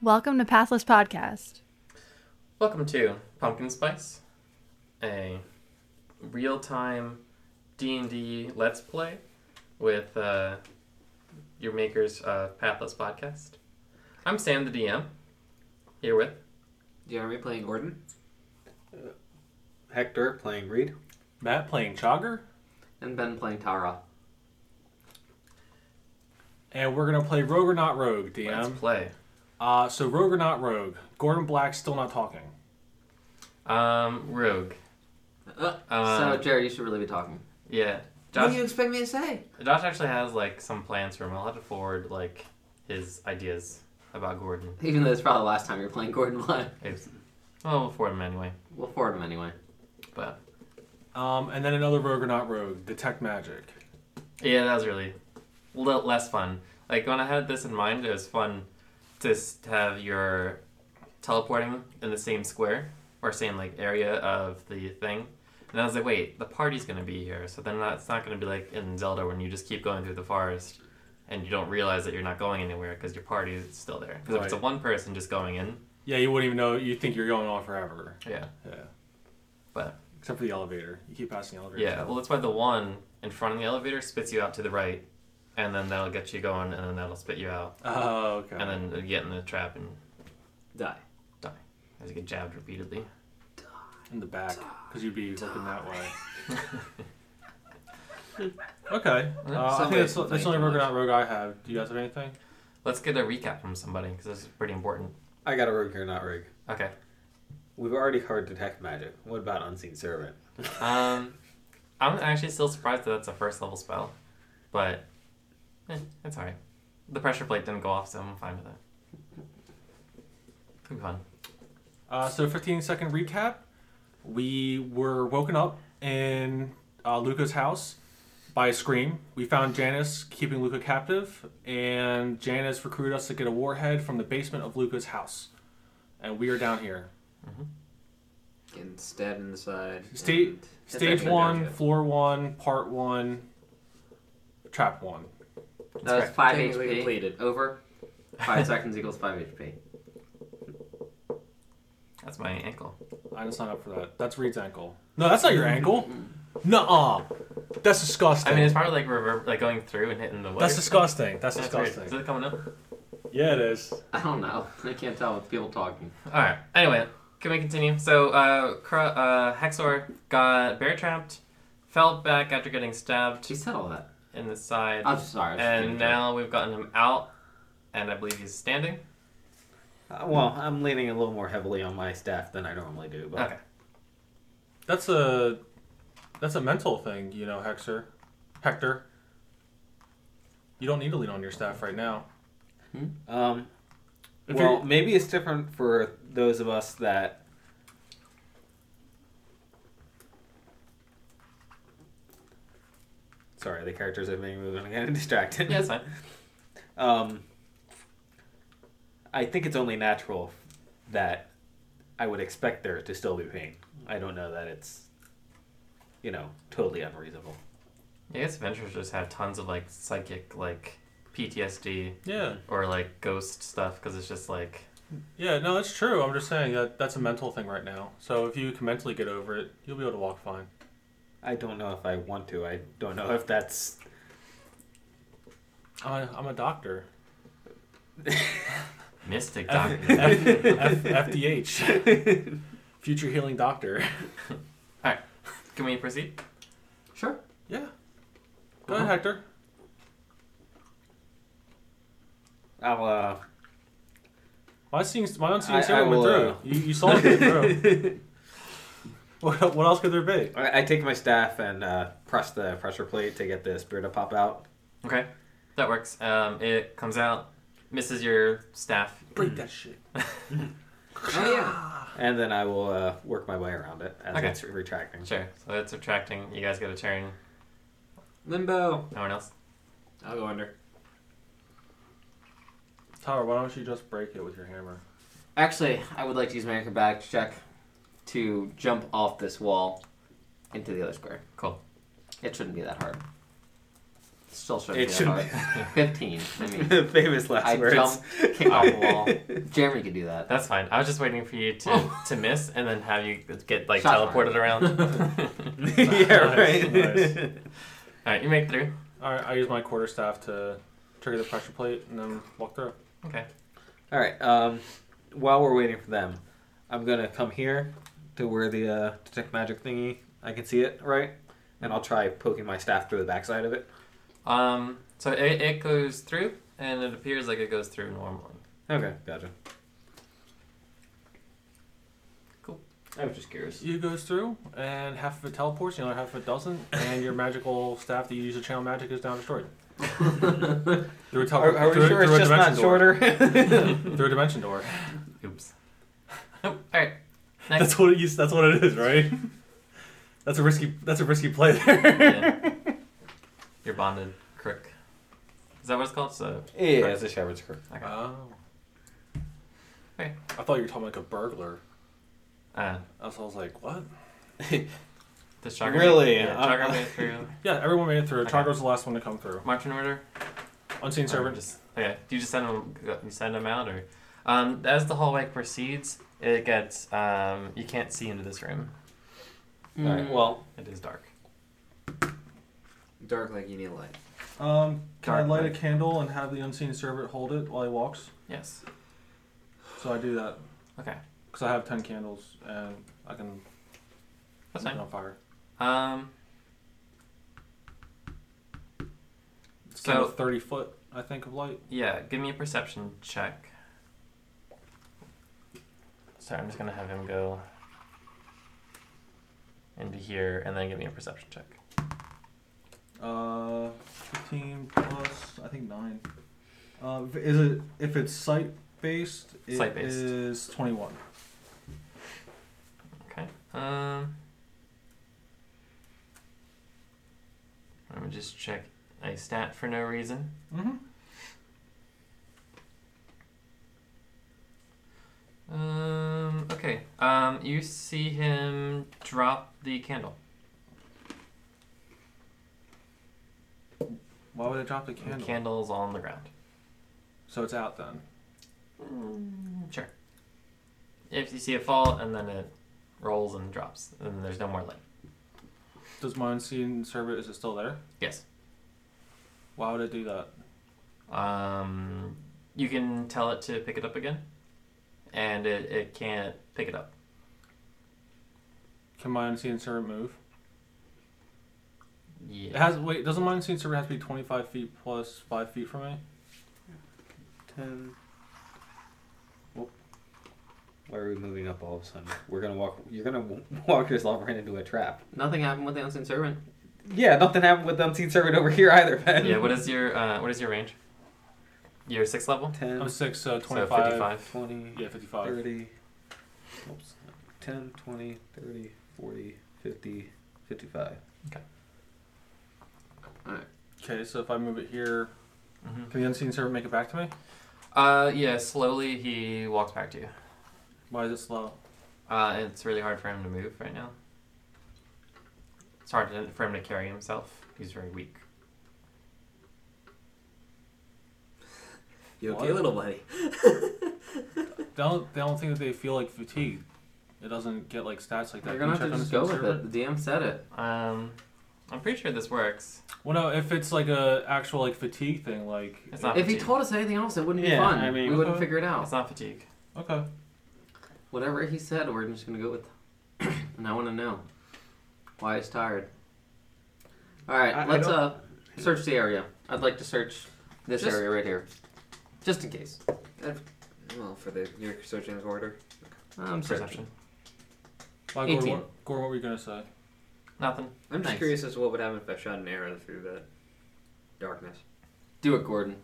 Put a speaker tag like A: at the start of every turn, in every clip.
A: Welcome to Pathless Podcast.
B: Welcome to Pumpkin Spice, a real-time D&D Let's Play with uh, your makers of Pathless Podcast. I'm Sam, the DM, here with,
C: Yeah, are we playing Gordon?
D: Hector playing Reed.
E: Matt playing Chogger,
C: And Ben playing Tara.
E: and we're gonna play Rogue or Not Rogue,
B: Let's
E: DM.
B: Play.
E: Uh, so Rogue or Not Rogue. Gordon Black's still not talking.
B: Um, Rogue.
C: Uh,
B: Uh,
C: so, Jerry, you should really be talking.
B: Yeah.
C: What
B: Josh,
C: do you expect me to say?
B: Josh actually has, like, some plans for him. I'll have to forward, like, his ideas about Gordon.
C: Even though it's probably the last time you're playing Gordon live.
B: It's, well, we'll forward him anyway,
C: We'll forward him anyway.
B: but...
E: Um, and then another Rogue or Not Rogue, Detect Magic.
B: Yeah, that was really l- less fun. Like when I had this in mind, it was fun to s- have your teleporting in the same square or same like area of the thing. And I was like, wait, the party's gonna be here, so then that's not gonna be like in Zelda when you just keep going through the forest and you don't realize that you're not going anywhere because your party is still there. Because if it's a
E: Right.
B: one person just going in,
E: Yeah, you wouldn't even know. You think you're going on forever.
B: yeah,
E: Yeah.
B: But-
E: except for the elevator, you keep passing the elevator.
B: yeah. Well, that's why the one in front of the elevator spits you out to the right, and then that'll get you going, and then that'll spit you out,
E: Oh, okay.
B: and then you get in the trap and
C: Die.
B: As you get jabbed repeatedly.
E: in the back, because you'd be looking that way. okay. Uh, I
C: Some
E: think
C: ways
E: that's,
C: to
E: that's
C: play
E: the only Rogue or
C: Dodge.
E: Not Rogue I have. Do you guys have anything?
B: Let's get a recap from somebody because this is pretty important.
D: I got a rig or not rig.
B: Okay.
D: We've already heard detect magic. What about unseen servant?
B: Um, I'm actually still surprised that that's a first level spell, but eh, it's alright. The pressure plate didn't go off, so I'm fine with it. It'll be fun.
E: Uh, so, 15 second recap. We were woken up in uh, Luca's house by a scream. We found Janice keeping Luca captive, and Janice recruited us to get a warhead from the basement of Luca's house. And we are down here.
C: Getting stabbed in the side.
E: State-
C: and-
E: Stage
C: Eventually
E: one,
C: down
E: floor one, part one, trap one.
C: to it. That was
B: That's
C: 5
F: Technically
C: HP.
F: completed.
C: Over. 5 seconds equals 5 HP.
B: That's my ankle.
E: I didn't sign up for that. That's Reed's ankle. No, that's not your ankle. Nuh-uh. That's disgusting.
B: Mm-hmm. I mean, it's probably like reverb, like going through and hitting the. wire.
E: that's disgusting. That's
B: That's weird.
E: disgusting.
B: Is it coming up?
E: Yeah, it is.
C: I don't know. I can't tell with people talking.
B: All right. Anyway, can we continue? So, uh, Cro- uh Hexor got bear trapped, fell back after getting stabbed
C: She said all that.
B: in the side.
C: I'm sorry. I
B: And
C: was just being a jerk.
B: now we've gotten him out, and I believe he's standing.
D: Uh, well, I'm leaning a little more heavily on my staff than I normally do, but
B: Okay.
E: That's a that's a mental thing, you know, Hexer. Hector. You don't need to lean on your staff right now.
D: um,
E: If
D: well,
E: you're-
D: maybe it's different for those of us that Sorry, the characters are being moved and I'm getting distracted.
B: Yeah, it's fine.
D: Um, I think it's only natural that I would expect there to still be pain. I don't know that it's, you know, totally unreasonable.
B: I guess adventurers just have tons of like psychic, like PTSD
E: Yeah.
B: or like ghost stuff because it's just like
E: Yeah, no, that's true. I'm just saying that that's a mental thing right now. So if you can mentally get over it, you'll be able to walk fine.
D: I don't know if I want to. I don't know if that's.
E: I'm a, I'm a doctor.
B: mystic
E: F-
B: doctor.
E: F- F- FDH. Future healing doctor.
B: Can we proceed?
C: Sure.
E: Yeah. Go ahead, Hector.
D: I'll, uh.
E: My scene, my own
D: I-
E: scene Sarah
D: I
E: went
D: will,
E: through.
D: uh,
E: You, you saw it go through. What, what else could there be?
D: I I take my staff and uh, press the pressure plate to get the spear to pop out.
B: Okay, that works. Um, it comes out, misses your staff.
E: Break that shit.
C: Oh, yeah.
D: And then I will uh, work my way around it as
B: Okay.
D: it's retracting.
B: Sure. So it's attracting. You guys get a turn.
C: Limbo.
B: No one else.
C: I'll go under.
E: Tyler, why don't you just break it with your hammer?
C: Actually, I would like to use my acrobatics check to jump off this wall into the other square.
B: Cool.
C: It shouldn't be that hard. Still should
D: It
C: be
D: should
C: that hard. Fifteen. I mean,
D: Famous last
C: I
D: words.
C: jump, kick off a wall. Jeremy could do that.
B: That's fine. I was just waiting for you to, to miss and then have you get like
C: Shot
B: teleported around.
D: yeah, right.
E: Nice, nice.
B: All right, you make through.
E: All right, I use my quarter staff to trigger the pressure plate and then walk through.
B: Okay.
D: All right. Um, while we're waiting for them, I'm gonna come here to where the uh, detect magic thingy. I can see it, right? And I'll try poking my staff through the backside of it.
B: Um. So it, it goes through, and it appears like it goes through normally.
D: Okay, gotcha.
C: I was just curious.
E: It goes through, and half of it teleports, the other half of it doesn't, and your magical staff that you use to channel magic is now destroyed. through a tele-
D: Are, are we
E: Oh, through,
D: sure
E: through
D: it's
E: a dimension
D: just not
E: door.
D: shorter?
E: Through a dimension door.
B: Oops. Nope. All right. Next.
E: That's what it is. That's what it is, right? That's a risky. That's a risky play there.
B: Yeah. Your bonded crook. Is that what it's called? So
D: yeah, it's a shepherd's crook.
E: Oh.
B: Okay.
E: I thought you were talking like a burglar.
B: uh,
E: I was, I was like, what?
B: the chakra.
D: Really?
B: Yeah,
D: Uh,
B: chakra
D: uh.
B: made it through.
E: Yeah, everyone made it through.
B: Okay.
E: Chagra's the last one to come through.
B: March in order.
E: Unseen
B: Or
E: servant.
B: Just okay. Do you just send them? You send them out, or um, as the hallway proceeds, it gets um, you can't see into this room.
E: Mm.
D: All right. Well,
B: It is dark.
C: Dark like you need light.
E: Um, can I
B: Dark
E: light a
B: knight.
E: candle and have the unseen servant hold it while he walks?
B: Yes.
E: So I do that
B: Okay.
E: because I have ten candles and I can
B: That's
E: light it
B: fine.
E: on fire.
B: Um.
E: It's
B: So-
E: kind of thirty foot, I think, of light.
B: Yeah, give me a perception check. Sorry, I'm just gonna have him go into here and then give me a perception check.
E: Uh, fifteen plus, I think nine. Uh, if- is it if it's sight based? it is
B: Sight-based.
E: twenty one.
B: Okay. Um. Let me just check a stat for no reason.
E: Mm-hmm.
B: Um. Okay. Um. You see him drop the candle.
E: Why would I drop the
B: The
E: candle?
B: candle's on the ground.
E: So it's out then.
B: Sure. If you see it fall and then it rolls and drops, then there's no more light.
E: Does my unseen servant is it still there?
B: Yes.
E: Why would it do that?
B: Um, you can tell it to pick it up again, and it, it can't pick it up.
E: Can my unseen servant move? It
B: Yeah.
E: has wait. Doesn't my unseen servant have to be twenty five feet plus five feet from me?
D: ten. Whoop. Why are we moving up all of a sudden? We're gonna walk. You're gonna w- walk yourself right into a trap.
C: Nothing happened with the unseen servant.
D: Yeah, nothing happened with unseen servant over here either, Ben.
B: Yeah. What is your uh, what is your range? Your sixth level.
D: 10,
E: I'm Oh, six, uh, so
B: So
E: 25.
B: fifty-five.
D: 20,
E: Yeah, 55.
D: 30, oops, 10, 20, 30, 40, 50, 55.
E: Okay, so if I move it here,
B: Mm-hmm.
E: can the unseen servant make it back to me?
B: Uh, yeah. Slowly he walks back to you.
E: Why is it slow?
B: Uh, it's really hard for him to move right now. It's hard to, for him to carry himself. He's very weak.
E: You okay, What? little
C: buddy?
E: They don't, they don't think that they feel like fatigued. It doesn't get like stats like that.
C: You're
E: Can
C: gonna
E: you
C: have to
E: check on
C: just
E: the
C: go
E: unseen
C: with
E: servant?
C: it. The DM said it.
B: Um, I'm pretty sure this works.
E: Well, no, if it's like a actual like fatigue thing, like
B: It's not.
C: if
B: fatigue.
C: he told us anything else, it wouldn't be
D: Yeah,
C: fun.
D: I mean-
C: we wouldn't figure it
B: it's
C: out.
B: not fatigue.
E: okay,
C: Whatever he said, we're just gonna go with. and I want to know why he's tired. All right,
D: I- I
C: let's
D: don't-
C: uh search the area. I'd like to search this
B: Just-
C: area right here, just in case. well, for the you're searching order. I'm searching.
B: Um, Perception.
E: Why, Gordon,
C: 18.
E: what, Gordon, what were you gonna say?
B: Nothing.
F: I'm just
C: Nice.
F: curious as to what would happen if I shot an arrow through that darkness.
C: Do it, Gordon.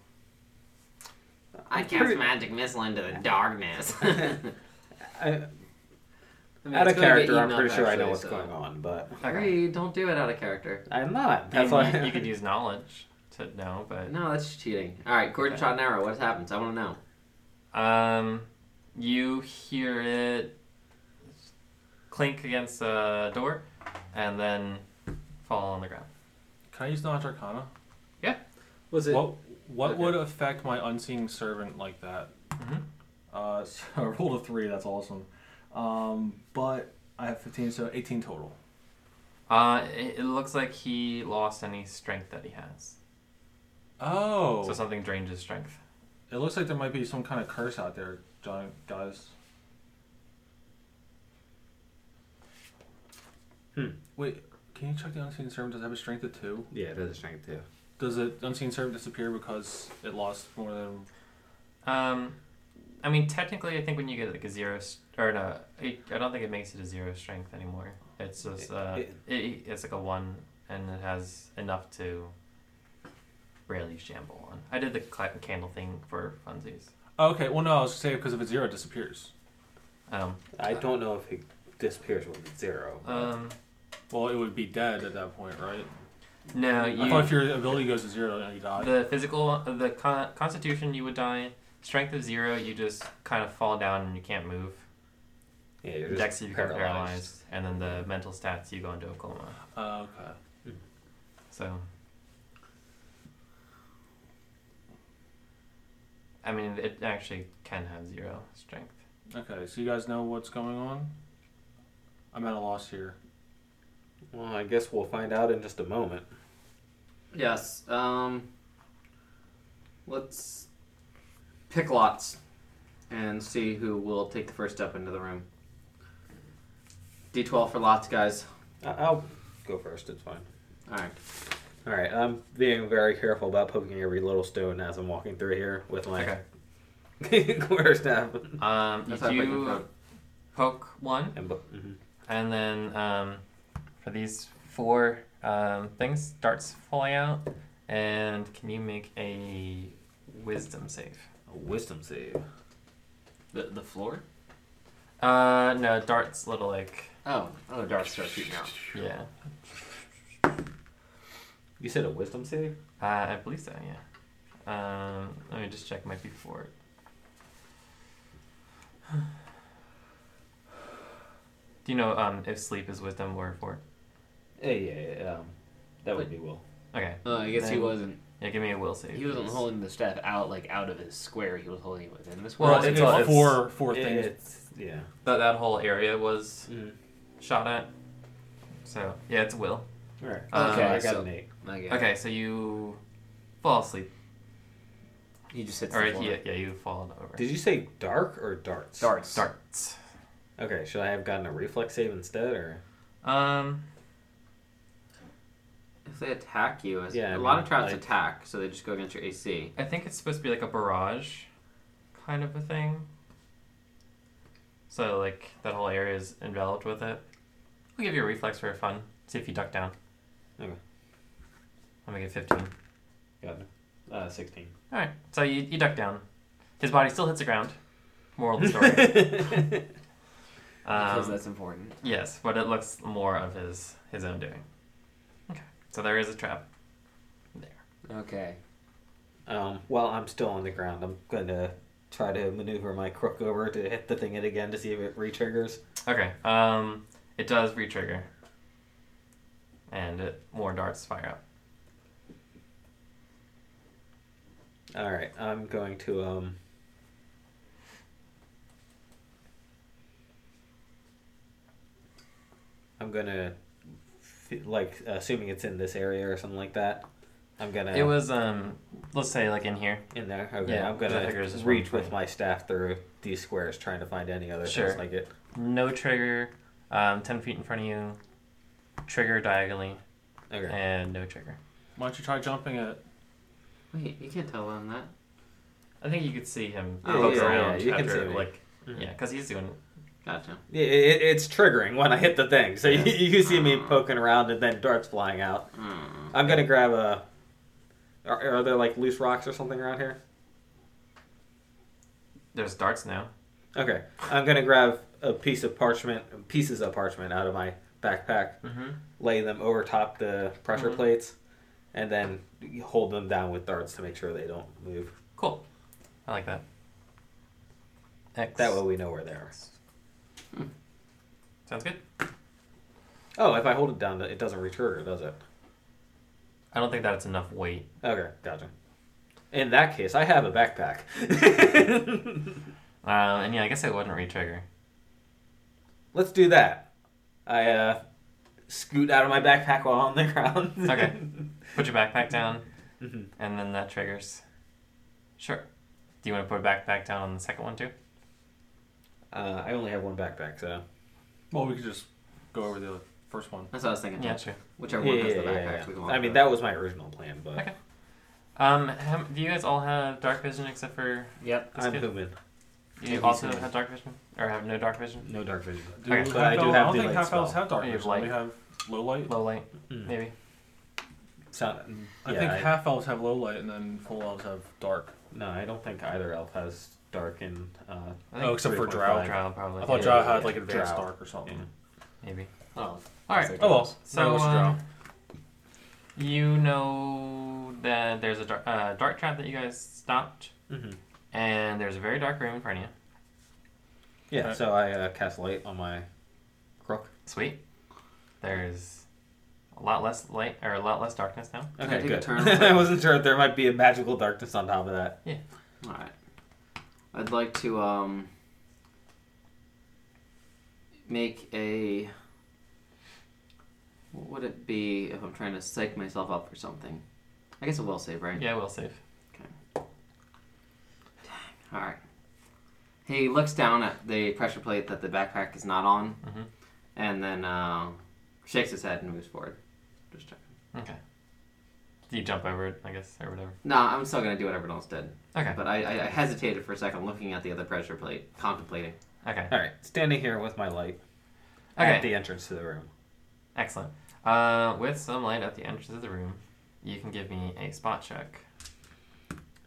C: I
D: I'm
C: cast
D: pretty-
C: magic missile into the darkness.
D: I,
C: I mean,
D: out
C: it's
D: of
C: gonna get
D: character, I'm
C: eaten up,
D: pretty sure I know
F: actually,
D: what's
F: so-
D: going on, but
B: Okay.
C: Hey, don't do it out of character.
D: I'm not. That's
B: you,
D: why
B: you could use knowledge to know, but
C: No, that's cheating. All right, Gordon
B: Okay.
C: shot an arrow. What happens? I want to know.
B: Um, you hear it clink against a door, and then fall on the ground.
E: Can I use knowledge arcana?
B: Yeah.
D: Was it?
E: What what
D: Okay.
E: would affect my unseeing servant like that?
B: Mhm.
E: Uh, so I rolled a three. That's awesome. Um, but I have fifteen, so eighteen total.
B: Uh, it, it looks like he lost any strength that he has.
E: Oh,
B: So something drained his strength.
E: it looks like there might be some kind of curse out there, John, guys.
D: Hmm.
E: Wait, can you check the unseen servant? Does it have a strength of two?
D: Yeah, it has a strength too.
E: Does it unseen servant disappear because it lost more than?
B: Um, I mean, technically, I think when you get like a zero s- or no, it, I don't think it makes it a zero strength anymore. It's just uh,
D: It-
B: it, it's like a one, and it has enough to barely shamble on. I did the cla candle thing for funsies.
E: Okay, well no, I was gonna say because if it's zero, it disappears.
B: Um,
D: I don't know if it disappears when it's zero.
B: um,
E: Well, it would be dead at that point, right?
B: no, you.
E: I thought if your ability goes to zero, then you die.
B: The physical, the con- constitution, you would die. Strength of zero, you just kind of fall down and you can't move.
D: yeah, you're just
B: Dex, you become paralyzed. And then the mental stats, you go into a coma.
E: Uh, okay.
B: So. I mean, it actually can have zero strength.
E: Okay, so you guys know what's going on? I'm at a loss here.
D: Well, I guess we'll find out in just a moment.
C: Yes. Um, let's pick lots and see who will take the first step into the room. D12 for lots, guys.
D: I- I'll go first. It's fine.
C: All right.
D: All right, I'm being very careful about poking every little stone as I'm walking through here with my quarter staff.
B: Um,
C: That's how I put it in
B: you
C: front.
B: poke one,
D: And bu- mhm.
B: and then um, for these four um, things, darts fly out, and can you make a wisdom save?
D: A wisdom save.
C: The, the floor?
B: Uh, no, darts little like
C: Oh, oh, the darts start shooting out.
B: yeah.
D: You said a wisdom save?
B: Uh, I believe so. Yeah. Um, let me just check my P four. Do you know um, if sleep is wisdom or four?
D: Yeah, yeah, yeah. Um, that would be will.
B: Okay.
C: Oh, I guess he
B: Then-
C: wasn't.
B: Yeah, give me a will save.
C: He wasn't
B: please.
C: holding the staff out like out of his square. He was holding it within the square.
B: Well,
E: Right,
B: it's
E: if
B: all- it's-
E: four four
D: Yeah,
E: things.
D: it's- yeah.
B: That that whole area was
D: Mhm.
B: shot at. So yeah, it's will.
D: All right.
B: Um,
D: So I got
C: so-
D: an eight.
C: Okay.
B: Okay, so you fall asleep.
C: He just hits
B: All
C: the
B: right.
C: floor.
B: Yeah, yeah, you fall over.
D: Did you say dark or darts?
C: Darts.
B: darts?
D: Okay, should I have gotten a reflex save instead, or
B: Um.
C: If they attack you, as
D: Yeah, I
C: a lot
D: mean,
C: of traps
D: like-
C: attack, so they just go against your AC.
B: I think it's supposed to be like a barrage kind of a thing. So like that whole area is enveloped with it. We'll give you a reflex for fun. See if you duck down.
D: Okay.
B: I'm gonna get fifteen.
D: got uh, sixteen?
B: Alright. So you, you duck down. His body still hits the ground. Moral of the story.
C: Because
B: um,
C: that's important.
B: yes, but it looks more of his his own doing. Okay. So there is a trap. There.
C: Okay.
D: Um, while I'm still on the ground, I'm gonna try to maneuver my crook over to hit the thing it again to see if it re-triggers.
B: Okay. Um, it does re-trigger, and it, more darts fire up.
D: All right, I'm going to um. I'm gonna, f- like, assuming it's in this area or something like that. I'm gonna.
B: It was um, let's say like in here.
D: in there. Okay,
B: Yeah,
D: I'm
B: I
D: gonna
B: figure it's just
D: reach
B: one
D: with my staff through these squares, trying to find any other
B: Sure.
D: things like it.
B: No trigger, um, ten feet in front of you. Trigger diagonally,
D: Okay.
B: and no trigger.
E: Why don't you try jumping it?
C: Wait, you can't tell them that.
B: I think you could see him
C: Yeah,
B: poke
C: yeah, yeah,
B: around
D: Oh, you can
B: after,
D: see me.
B: like,
D: Mhm.
B: yeah, because he's doing.
C: Gotcha.
D: Yeah, it, it's triggering when I hit the thing, so you, you see me
C: Mm.
D: poking around and then darts flying out.
C: Mm.
D: I'm gonna grab a. Are, are there like loose rocks or something around here?
B: There's darts now.
D: Okay, I'm gonna grab a piece of parchment, pieces of parchment out of my backpack,
B: Mm-hmm.
D: lay them over top the pressure
B: Mhm.
D: plates, and then hold them down with darts to make sure they don't move.
B: Cool. I like that. X.
D: That way we know where they are.
B: Sounds good.
D: Oh, if I hold it down, it doesn't retrigger, does it?
B: I don't think that's enough weight.
D: Okay, gotcha. In that case, I have a backpack.
B: Uh, and yeah, I guess I wouldn't re-trigger.
D: Let's do that. I uh, scoot out of my backpack while on the ground.
B: Okay. Put your backpack down,
D: Mhm.
B: and then that triggers. Sure. Do you want to put a backpack down on the second one too?
D: Uh, I only have one backpack, so
E: Well, we could just go over the first one.
C: That's what I was thinking.
B: Yeah, sure.
C: Whichever one has the backpacks, we can walk
D: I mean,
C: through.
D: that was my original plan, but
B: Okay. Um, how, do you guys all have dark vision except for
F: Yep.
B: That's
D: I'm
B: good.
D: human.
B: do you
D: Yeah,
B: also
D: he's-
B: have dark vision or have no dark vision?
D: No dark vision.
E: Do
B: Okay.
E: half
D: But I do
E: elf-
D: have
E: I don't think
D: daylight
E: half elves
D: spell.
E: have dark
B: We have
E: vision. We
B: light.
E: have low light.
B: Low light,
D: Mm.
B: maybe.
D: So,
E: I
D: yeah,
E: think
D: I-
E: half elves have low light, and then full elves have dark.
D: no, I don't think either elf has dark and. Uh,
B: I think
E: Oh, except for drow.
D: 3.5.
B: Drow probably.
E: I thought
D: Yeah,
E: drow
D: yeah,
E: had
D: yeah.
E: like advanced
D: Drow.
E: dark or something.
D: Yeah.
B: Maybe.
F: Oh.
B: All right.
E: Oh well. Maybe
B: So
E: we should
B: um,
E: drow.
B: you know that there's a dark, uh, dark trap that you guys stopped,
E: Mm-hmm.
D: mhm.
B: and there's a very dark room in front of you.
D: Yeah,
E: Okay.
D: so I uh, cast light on my crook.
B: Sweet. There's a lot less light or a lot less darkness now.
C: Can I
D: Okay,
C: take a
D: good.
C: turn?
D: I wasn't sure if there might be a magical darkness on top of that.
C: All right. I'd like to um make a. What would it be if I'm trying to psych myself up for something? I guess a will save, right?
B: Yeah, we'll save.
C: All right. He looks down at the pressure plate that the backpack is not on,
B: Mhm.
C: and then uh, shakes his head and moves forward. Just checking.
B: Okay. You jump over it, I guess, or whatever.
C: No, I'm still gonna do what everyone else did,
B: Okay.
C: but I, I, I hesitated for a second, looking at the other pressure plate, contemplating.
B: Okay.
D: All right, standing here with my light
B: Okay.
D: at the entrance to the room.
B: Excellent. Uh, with some light at the entrance of the room, you can give me a spot check.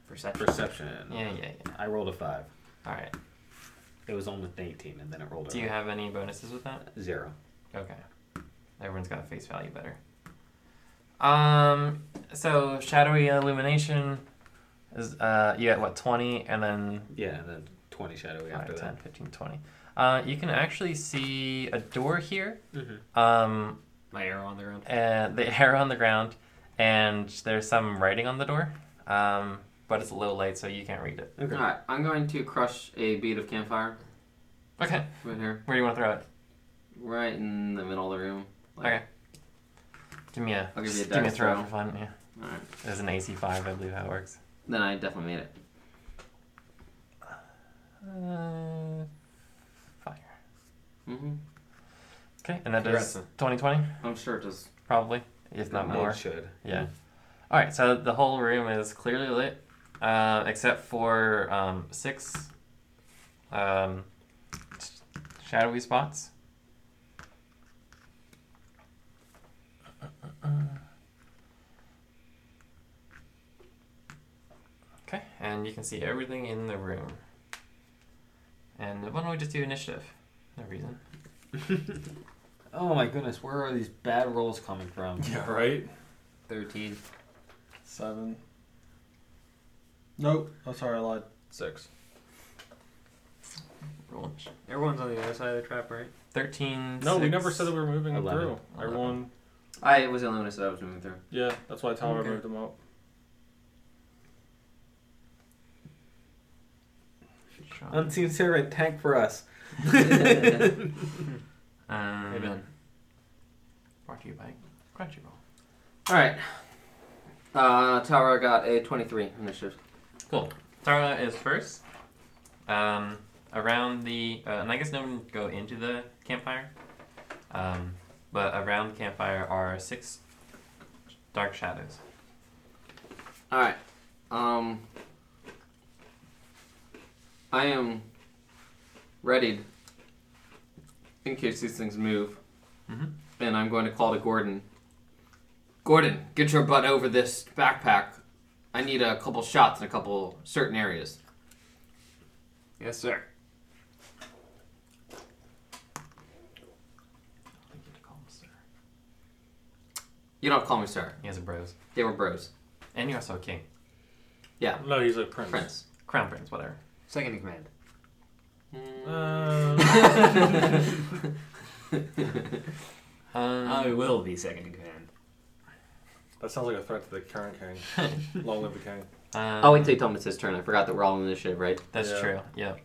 B: Perception.
D: Perception.
B: Yeah, yeah, yeah.
D: I rolled a five.
B: All right.
D: It was only an 18, and then it rolled a
B: Do you have any bonuses with that?
D: zero.
B: Okay. Everyone's got face value better. Um. So shadowy illumination is uh you got what twenty and then
D: Yeah, and then 20 shadowy
B: Five,
D: after
B: 10,
D: that.
B: 15, 20. Uh, you can actually see a door here.
D: Mhm.
B: Um,
F: My arrow on the ground.
B: and Uh, the hair on the ground, and there's some writing on the door. Um, but it's low light, so you can't read it.
D: Okay.
C: All right, I'm going to crush a bead of campfire
B: Okay.
C: right here,
B: Where do you want to throw it?
C: right in the middle of the room.
B: Okay. Give me a.
C: I'll give you a
B: just give me a
C: dice
B: throw
C: roll.
B: for fun. Yeah.
C: All right.
B: There's an AC five, I believe how it works.
C: Then I definitely made it.
B: Uh, fire.
C: hmm
B: Okay, and that does
F: Congrats.
B: 2020
C: I'm sure it does.
B: probably, if not
D: It
B: more.
D: should.
B: Yeah. All right. Mm-hmm. So the whole room is clearly lit, uh, except for um, six um, s- shadowy spots. Okay, and you can see everything in the room. And why don't we just do initiative? No reason.
D: Oh my goodness, where are these bad rolls coming from?
E: Yeah. Right.
F: 13.
E: Seven. Nope. I'm sorry. I lied. Six.
B: Roll.
F: Everyone's on the other side of the trap, right?
B: Thirteen.
E: No, we
B: six.
E: never said that we were moving
D: Eleven.
E: through. Everyone.
C: I was the only one who said I was moving through.
E: Yeah, that's why Tyler
F: Okay.
E: moved them up.
B: Sean.
D: Unseen servant, tank for us.
B: Um,
F: Hey, Ben.
B: Brought to you by Crunchyroll.
C: All right. Uh, Tara got a 23 initiative.
B: Cool. Tara is first. Um, around the, uh, and I guess no one can go into the campfire, um, but around the campfire are six dark shadows.
C: All right. Um, I am readied in case these things move, Mm-hmm.
B: Mhm.
C: and I'm going to call to Gordon. Gordon, get your butt over this backpack. I need a couple shots in a couple certain areas.
F: Yes, sir.
B: I think you have to call them sir.
C: You don't call me sir.
B: He has a bros.
C: They were bros.
B: And you're also a king.
C: Yeah,
E: No, he's a prince.
C: prince.
B: Crown prince, whatever.
F: Second in command.
E: Um,
B: Um,
F: I will be second in command.
E: that sounds like a threat to the current king. Long live the king.
B: Um,
C: Oh, wait till you tell him it's his turn. I forgot that we're all in initiative, right?
B: That's
F: Yeah.
B: true. Yep.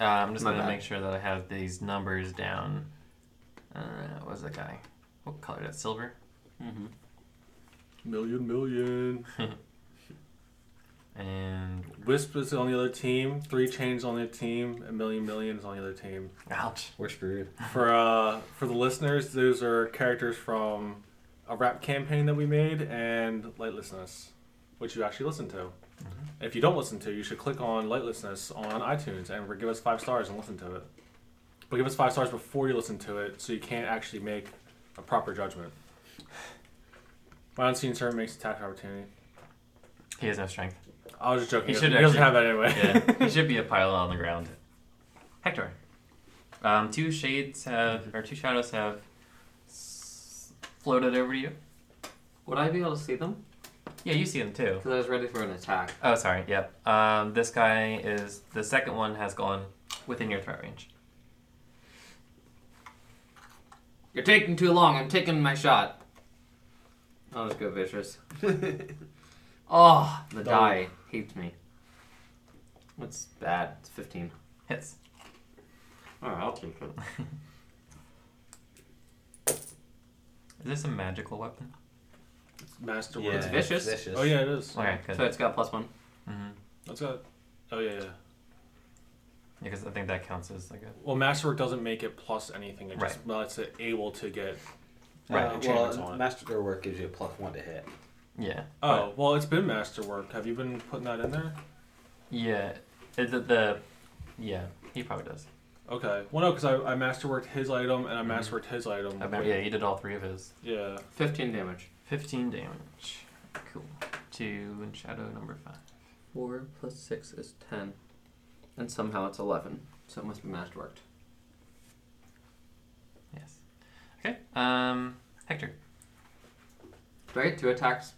B: Uh, I'm just
C: My
B: gonna
C: bad.
B: make sure that I have these numbers down. Uh, what was that guy? What color? That silver.
C: Mm-hmm.
E: Million, million.
B: And
E: Wisp is on the other team. Three Chains on the team. A million, million is on the other team.
B: ouch.
D: We're screwed.
E: For uh, for the listeners, those are characters from a rap campaign that we made and Lightlessness, which you actually listen to.
B: Mm-hmm.
E: If you don't listen to, you should click on Lightlessness on iTunes and give us five stars and listen to it. But give us five stars before you listen to it, so you can't actually make a proper judgment. My unseen servant makes attack opportunity.
B: He has no strength.
E: I was just joking.
B: He
E: He,
B: should
E: doesn't
B: actually-
E: have that anyway.
B: Yeah, he should be a pile on the ground. Hector. Um, two shades have, or two shadows have s- floated over to you.
C: Would I be able to see them?
B: Yeah, you see them too.
C: Because I was ready for an attack.
B: Oh, sorry. Yep. Um, this guy is the second one has gone within your threat range.
C: You're taking too long. I'm taking my shot. I'll just go vicious. oh, the die hates me. What's bad? It's 15.
B: Hits.
C: Oh, I'll take it.
B: Is this a magical weapon?
E: Master
D: Yeah, Uh,
E: Word.
C: vicious.
E: Oh yeah, it is.
B: Okay, good.
C: So it's got plus one.
B: Mm-hmm.
E: That's got. Oh yeah, yeah.
B: Because I think that counts as like a
E: Well, masterwork doesn't make it plus anything. It
B: Right.
E: just lets it able to get.
B: Right,
D: Uh,
E: enchantments
D: well,
E: on it.
D: Masterwork gives you a plus one to hit.
B: yeah.
E: Oh well, it's been masterwork. Have you been putting that in there?
B: Yeah. It- The, the yeah. He probably does.
E: Okay. Well, no, because I, I masterworked his item and I masterworked his item.
B: I remember, yeah, he did all three of his.
E: Yeah.
C: 15 damage.
B: 15 damage. Cool. Two and shadow number five.
C: 4 plus 6 is 10. And somehow it's 11. So it must be masterworked.
B: Yes. Okay. Um, Hector.
C: Do I get two attacks?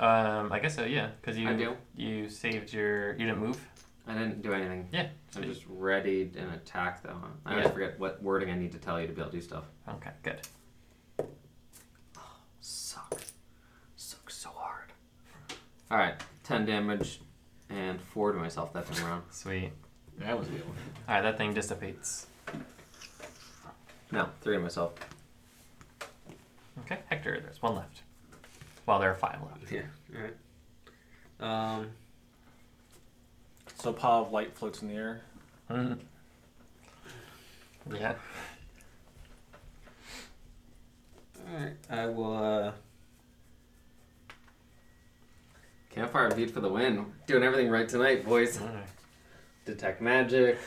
B: Um, I guess so. Yeah, because you
C: I do.
B: you saved your you didn't move.
C: I didn't do anything.
B: Yeah.
C: I
B: sweet.
C: just readied an attack, though. I always
B: Yeah.
C: forget what wording I need to tell you to be able to do stuff.
B: Okay. Good.
C: Suck. Suck so hard. Alright, 10 damage and 4 to myself that time around.
B: Sweet.
D: That was a good one.
B: All right. That thing dissipates.
C: No, 3 to myself.
B: Okay, Hector. There's one left. Well, there are five left.
D: Yeah. All right. Um,
E: So a pile of light floats in the air.
B: Mm. Yeah.
D: all right. I will. Uh,
C: Campfire beat for the win. Doing everything right tonight, boys.
B: All right.
C: Detect magic,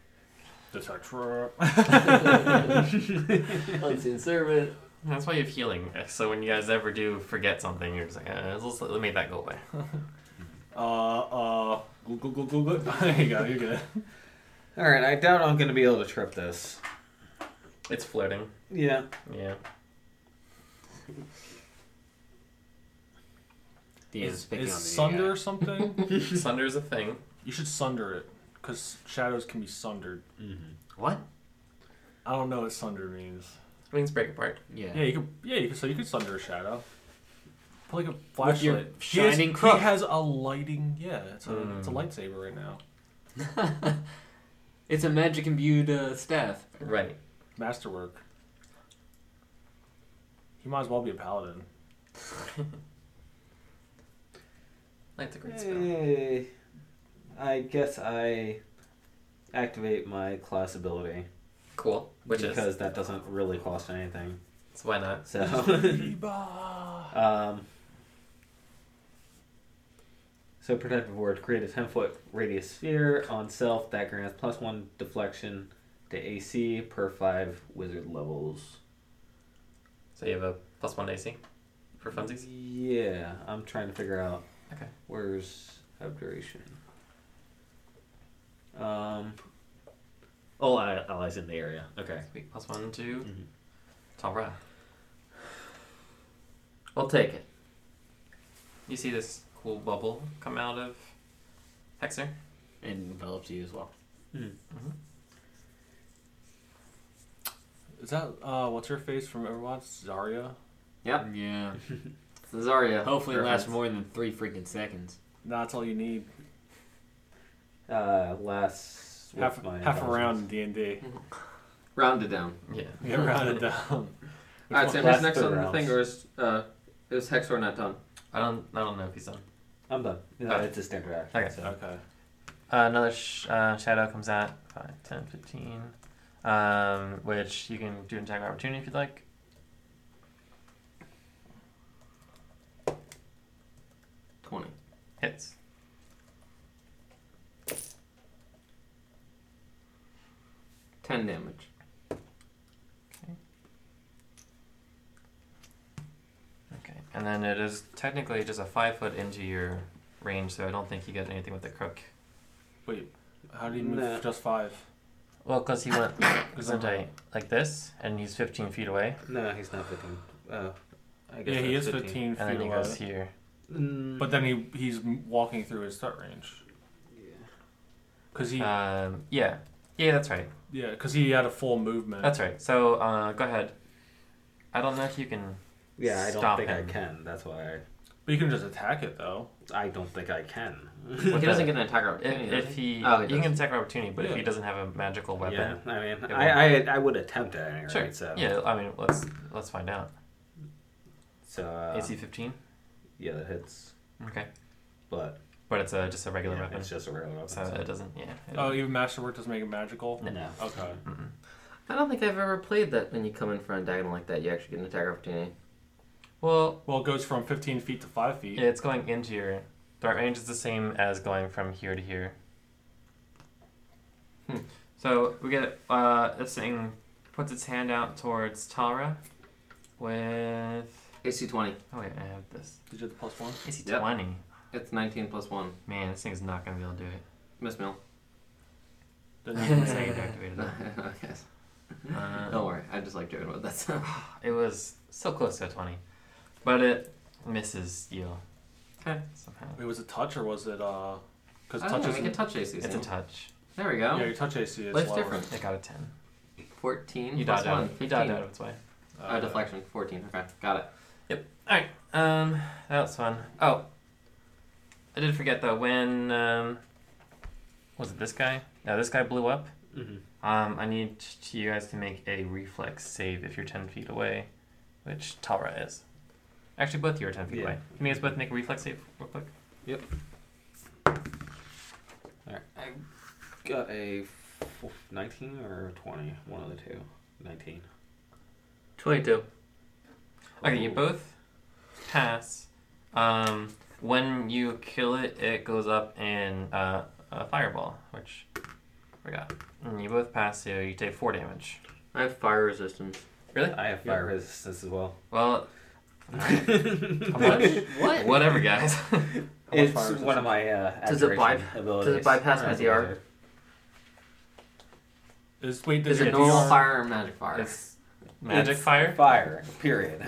E: Detect. roar.
C: unseen servant.
B: That's why you have healing. So when you guys ever do forget something, you're just like, uh, let's let me that go away.
E: uh uh. Google Google Google. there you go. You're good.
D: all right. I doubt I'm going to be able to trip this.
B: It's floating.
D: Yeah.
B: Yeah.
F: Dean's picking
E: is
F: on me.
E: sunder something?
B: Sunder's a thing.
E: you should sunder it, because shadows can be sundered.
F: What?
E: I don't know what sunder means.
B: It means break apart.
F: Yeah.
E: Yeah, you could. Yeah, you could. So you could sunder a shadow. Put like a flashlight. He has-
F: shining
E: he,
F: crook.
E: has a lighting. Yeah, it's a it's a lightsaber right now.
C: It's a magic imbued uh, staff.
B: Right.
E: Masterwork. He might as well be a paladin.
B: That's a great spell.
D: Hey, I guess I activate my class ability
B: Cool. Which
D: because
B: is.
D: that doesn't really cost anything.
B: So why not?
D: So,
E: Reba.
D: um, so protective ward create a ten foot radius sphere on self that grants plus one deflection to AC per five wizard levels.
B: So you have a plus one AC for funsies?
D: Yeah, I'm trying to figure out.
B: Mm-hmm. Okay.
D: Where's abjuration? Um. All ally- Oh, allies in the area. Okay.
B: Sweet. Plus one to
D: Mhm.
B: Tom Ra.
C: I'll take it.
B: You see this cool bubble come out of Hexer?
F: And envelops you as well.
E: Is that uh, what's her face from Overwatch? Zarya.
C: Yep.
F: Yeah.
C: Cesaria.
G: Hopefully, it lasts
C: reference.
G: more than three freaking seconds.
E: That's all you need.
D: Uh, last
E: Half half a round in D&D.
C: Rounded down.
B: Yeah.
E: Yeah, round it down.
C: All right,
D: one?
C: Sam.
D: Last
C: Who's next
D: third
C: on the
D: rounds.
C: thing, or is uh, is Hexor not done?
B: I don't. I don't know if he's on.
D: I'm done. No,
B: Okay.
D: it's a standard action.
B: Okay.
D: Oh. So.
E: Okay.
B: Uh, another sh- uh, shadow comes out. 5, 10, 15. Um, which you can do an attack of opportunity if you'd like.
C: Twenty.
B: Hits.
C: Ten damage.
B: Okay. And then it is technically just a five foot into your range, so I don't think you get anything with the crook.
E: Wait, how do you move
D: Nah.
E: just five?
B: Well, because he went,
E: Uh-huh.
B: wasn't I, like this, and he's 15 feet away,
D: No, he's not 15. Uh, I guess
E: Yeah, he is
D: that's
E: 15, feet
B: and then he
E: away.
B: goes here.
D: Mm,
E: But then he he's walking through his start range. Cause he
C: Ah.
B: Um, yeah. Yeah, that's right.
E: yeah, cause he had a full movement.
B: That's right. So uh, go ahead. I don't know if you can.
D: yeah, I
B: Stop
D: don't think
B: him.
D: I can. That's why
E: but you can just attack it though.
D: I, I don't think I can.
C: He
B: with
C: doesn't
B: the-
C: get an attack opportunity.
B: If,
C: does
B: if he,
C: Oh,
B: you
C: he
B: can attack an opportunity, but if
E: Yeah.
B: he doesn't have a magical weapon,
D: Yeah, I
B: It
D: mean, I, I I would attempt it anyway.
B: Sure.
D: right, So
B: yeah. I mean, let's let's find out.
D: So uh,
B: AC 15.
D: yeah, that hits,
B: Okay,
D: but
B: but it's a, just a regular
D: yeah,
B: weapon,
D: it's just a regular weapon.
B: so
D: so-
B: it doesn't. Yeah. it
E: Oh,
B: doesn't-
E: even masterwork doesn't make it magical.
D: no.
E: Okay.
B: mm-mm.
C: I don't think I've ever played that. When you come in for an diagonal like that, you actually get an attack opportunity.
B: Well,
E: Well, it goes from 15 feet to five feet.
B: it's going into your threat range is the same as going from here to here.
C: Hmm.
B: So we get uh, this thing puts its hand out towards Tara with.
C: AC twenty.
B: Oh wait, I have this.
E: Did you get the plus one?
B: AC
C: Yep.
B: 20.
C: It's nineteen plus one.
B: Man, this thing's not gonna be able to do it.
C: Miss Mill.
E: Then
B: I
E: you
B: didn't
E: can-
B: say it activated it.
C: yes.
B: Uh,
C: Don't worry. I just like joking about that sound.
B: It was so close to a 20. But it misses you. Okay. Somehow.
E: Wait, was it touch or was it uh? Because
C: I don't
E: touch
C: know,
E: is
C: make a touch AC.
B: It's a
C: Sam.
B: touch.
C: There we go.
E: yeah, your touch AC is
C: Life's
E: lower.
C: different.
B: It got a 10.
C: 14
B: You
C: plus
B: dodged out,
C: 1,
B: of- you
C: 15.
B: dodged out of its way.
E: Uh,
C: Oh, deflection, 14. Okay, got it.
B: Um, that was fun. Oh. I did forget though, when, um, was it this guy? No, this guy blew up.
D: Mhm.
B: Um, I need t- you guys to make a reflex save if you're 10 feet away, which Tara is. Actually, both of you are 10 feet
D: Yeah.
B: away. Can you guys both make a reflex save real quick?
D: Alright, I got a f- 19 or 20, one of the two. 19.
C: 22.
B: Okay, you
D: Ooh.
B: both pass. Um, when you kill it, it goes up in uh, a fireball, which I forgot. And you both pass, so you take four damage.
C: I have fire resistance.
B: Really?
D: I have fire resistance as well.
B: Well,
D: How
C: What?
B: whatever, guys.
E: How much
D: It's
E: fire is
D: one
E: it?
D: of my uh,
C: Does it
D: abjuration
C: byp-
D: abilities.
C: does it bypass my
D: Alright,
C: DR?
D: laser.
E: Is wait,
C: Is
E: does
C: it
E: your
C: normal
E: DR
C: fire or magic fire?
B: it's magic
D: It's
B: fire.
D: Fire, period.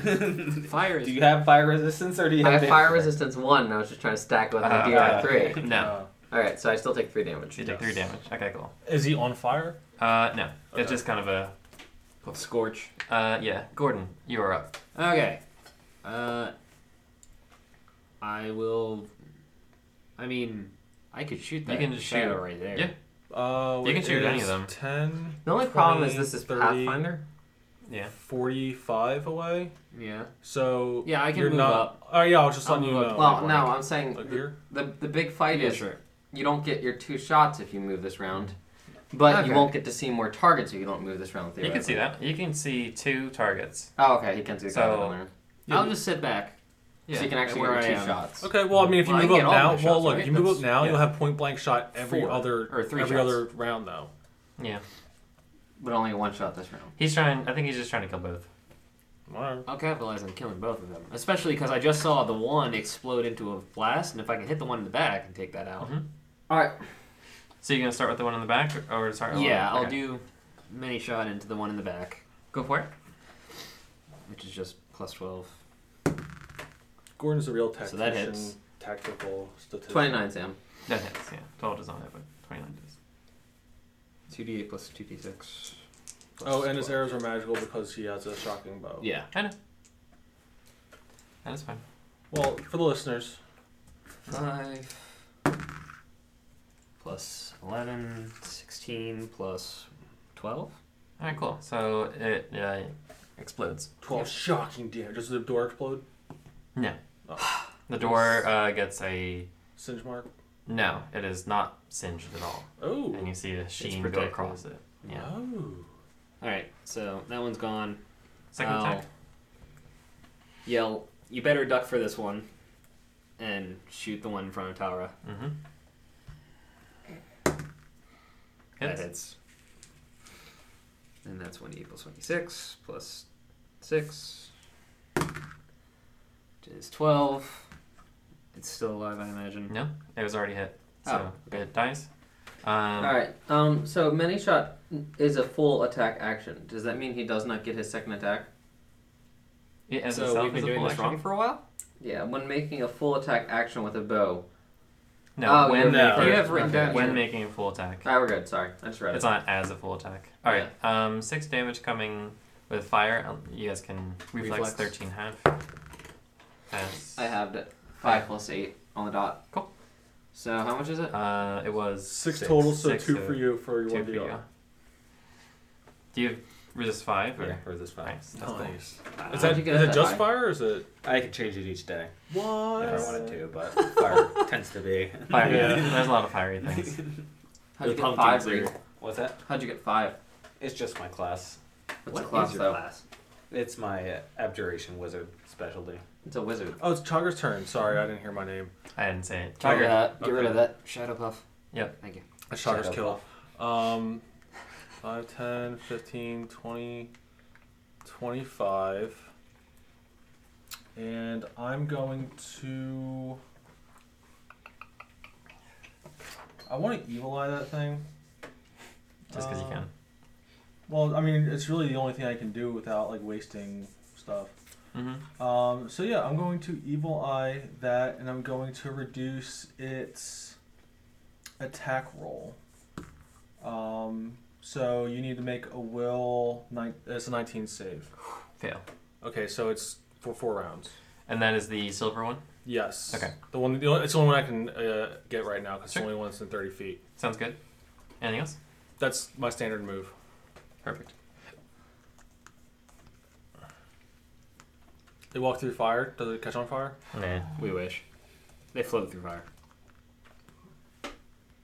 G: Fire
D: do you have fire resistance or do you
C: I
D: have
C: have fire
D: damage?
C: resistance 1, and I was just trying to stack with my
B: Uh,
C: DR 3.
B: No,
E: Uh,
C: Alright, so I still take 3 damage.
B: you take three damage. Okay, cool.
E: is he on fire?
B: Uh, no, it's
E: Okay.
B: just kind of a.
G: Scorch.
B: Uh, yeah, Gordon, you are up.
G: Okay. Uh, I will. I mean, I could shoot that.
B: can just
G: shadow
B: shoot.
G: right there.
B: Yeah.
E: Uh,
B: You can
E: it
B: shoot any of
E: is
B: them.
E: 10,
C: The only problem is
E: 20,
C: this is
E: 30,
C: Pathfinder.
B: Yeah.
E: 45 away.
G: Yeah.
E: So
G: Yeah, I can
E: you're
G: move
E: not,
G: up.
E: Oh yeah, I was just
G: I'll
E: letting you
G: move
B: uh,
G: up.
E: know.
C: Well,
G: like-
C: no, I'm saying
E: Like
C: the,
E: here?
C: the, the big fight
G: Yeah,
C: is
G: sure.
C: you don't get your two shots if you move this round, but you
B: Okay.
C: won't get to see more targets if you don't move this round.
B: You can see
C: theoretically.
B: that. You can see two targets.
C: Oh, okay, he can see the
B: So-
C: combat on there.
G: I'll just sit back.
C: so you can actually
G: where
C: get your
G: I
C: two
G: am.
C: shots.
E: Okay, well, I mean, if you
C: Well, I
E: move
C: can
E: up
C: get all
E: now,
C: my
E: well,
C: shots,
E: look,
C: right?
E: you move up
C: That's-
E: now,
G: yeah.
E: you'll have point blank shot every
G: Four,
E: other
G: or three
E: every
G: shots.
E: other round though.
B: Yeah.
C: But only one shot this round.
B: He's trying. I think he's just trying to kill both.
E: Alright.
G: I'll capitalize on killing both of them, especially because I just saw the one explode into a blast, and if I can hit the one in the back, I can take that out.
B: Mhm.
C: All right,
B: So you're gonna start with the one in the back, or, or start?
G: Yeah, I'll
B: okay.
G: do many shot into the one in the back,
B: Go for it.
G: which is just plus twelve.
E: Gordon's a real
G: So
E: tactician,
G: that hits.
E: tactical statistician.
C: 29, Sam.
B: That hits. Yeah, twelve does not hit, but twenty-nine does.
G: Two d eight plus two d six.
E: Oh, and his arrows are magical because he has a shocking bow.
G: Yeah.
B: That is fine.
E: Well, for the listeners,
G: Five plus 11, 16 plus 12.
B: All right, cool. So it uh, explodes.
E: twelve shocking damage. Does the door explode?
B: The door uh, gets a
E: Singe mark.
B: no. It is not singed at all,
E: Oh.
B: and you see a sheen go
G: protected.
B: across it. Yeah.
E: Oh.
G: All right, so that one's gone.
B: Second
C: Oh.
G: I'll
B: attack.
G: Yell, you better duck for this one. And shoot the one in front of Tara.
B: Mm-hmm.
G: That hits. And that's 1d plus 26 plus 6. Which is 12. It's still alive, I imagine.
B: No, it was already hit.
G: Oh,
B: So it dies. Um,
C: All right. Um. So many shot is a full attack action. Does that mean he does not get his second attack?
B: It, as
G: so
B: itself
G: we've been
B: is a
G: doing
B: full
G: this
B: action.
G: wrong for a while?
C: Yeah. When making a full attack action with a bow.
B: No,
C: Oh,
B: when,
C: you're
D: making-
B: you
D: you
B: have
G: have
B: written
G: written
C: down
B: when
C: here.
B: making a full attack.
C: Ah, we're good. Sorry, I just read
B: It's
C: it.
B: not as a full attack. All right, um, six damage coming with fire. Um, You guys can reflex,
G: Reflex.
B: thirteen half. That's,
C: I halved it. Five plus eight on the dot.
B: Cool.
C: So how much is it?
B: Uh, it was
E: Six, total, so
B: Six
E: two
B: to-
E: for you for your
B: two
E: one
B: for
E: DR.
B: you. Do you resist five? Or?
D: Yeah, or is this fine?
B: Nice. That's cool.
E: Is
C: How'd
E: that,
C: you get
E: is
C: it
E: it
C: that
E: just
C: high?
E: fire or is it
D: I could change it each day
E: what?
D: if I wanted to, but fire tends to be.
B: Fire.
E: Yeah.
B: There's a lot of fiery things.
C: How'd you
G: The
C: get
G: pumpkins
C: five?
G: are-
C: Reed?
D: What's that?
C: How'd you get five?
D: It's just my class.
C: What's
G: What
C: a
G: is
C: class
G: your
C: though?
G: class?
D: It's my uh, abjuration wizard specialty.
C: It's a wizard.
E: Oh, it's Chugger's turn. Sorry, I didn't hear my name.
B: I didn't say it.
G: Get rid
C: Oh,
G: of
E: Okay.
G: that. Get rid of
E: Okay.
G: that. Shadow Puff.
B: Yep.
G: Thank you.
E: It's Chugger's
D: Shadow
E: kill. Um, 5, 10, 15, 20, 25. And I'm going to. I want to evil eye that thing. Uh,
B: Just because you can.
E: Well, I mean, it's really the only thing I can do without like wasting stuff.
B: Mm-hmm.
E: Um, so yeah, I'm going to evil eye that, and I'm going to reduce its attack roll. Um, so you need to make a will. Nine, it's a 19 save.
B: Fail.
E: Okay, so it's for four rounds.
B: And that is the silver one.
E: Yes.
B: Okay.
E: The one, the only, it's the only one I can uh, get right now because
B: Sure.
E: it's the only one that's in 30 feet.
B: Sounds good. Anything else?
E: That's my standard move.
B: Perfect.
E: They walk through fire. Does it catch on fire?
B: Nah.
G: We wish. They float through fire.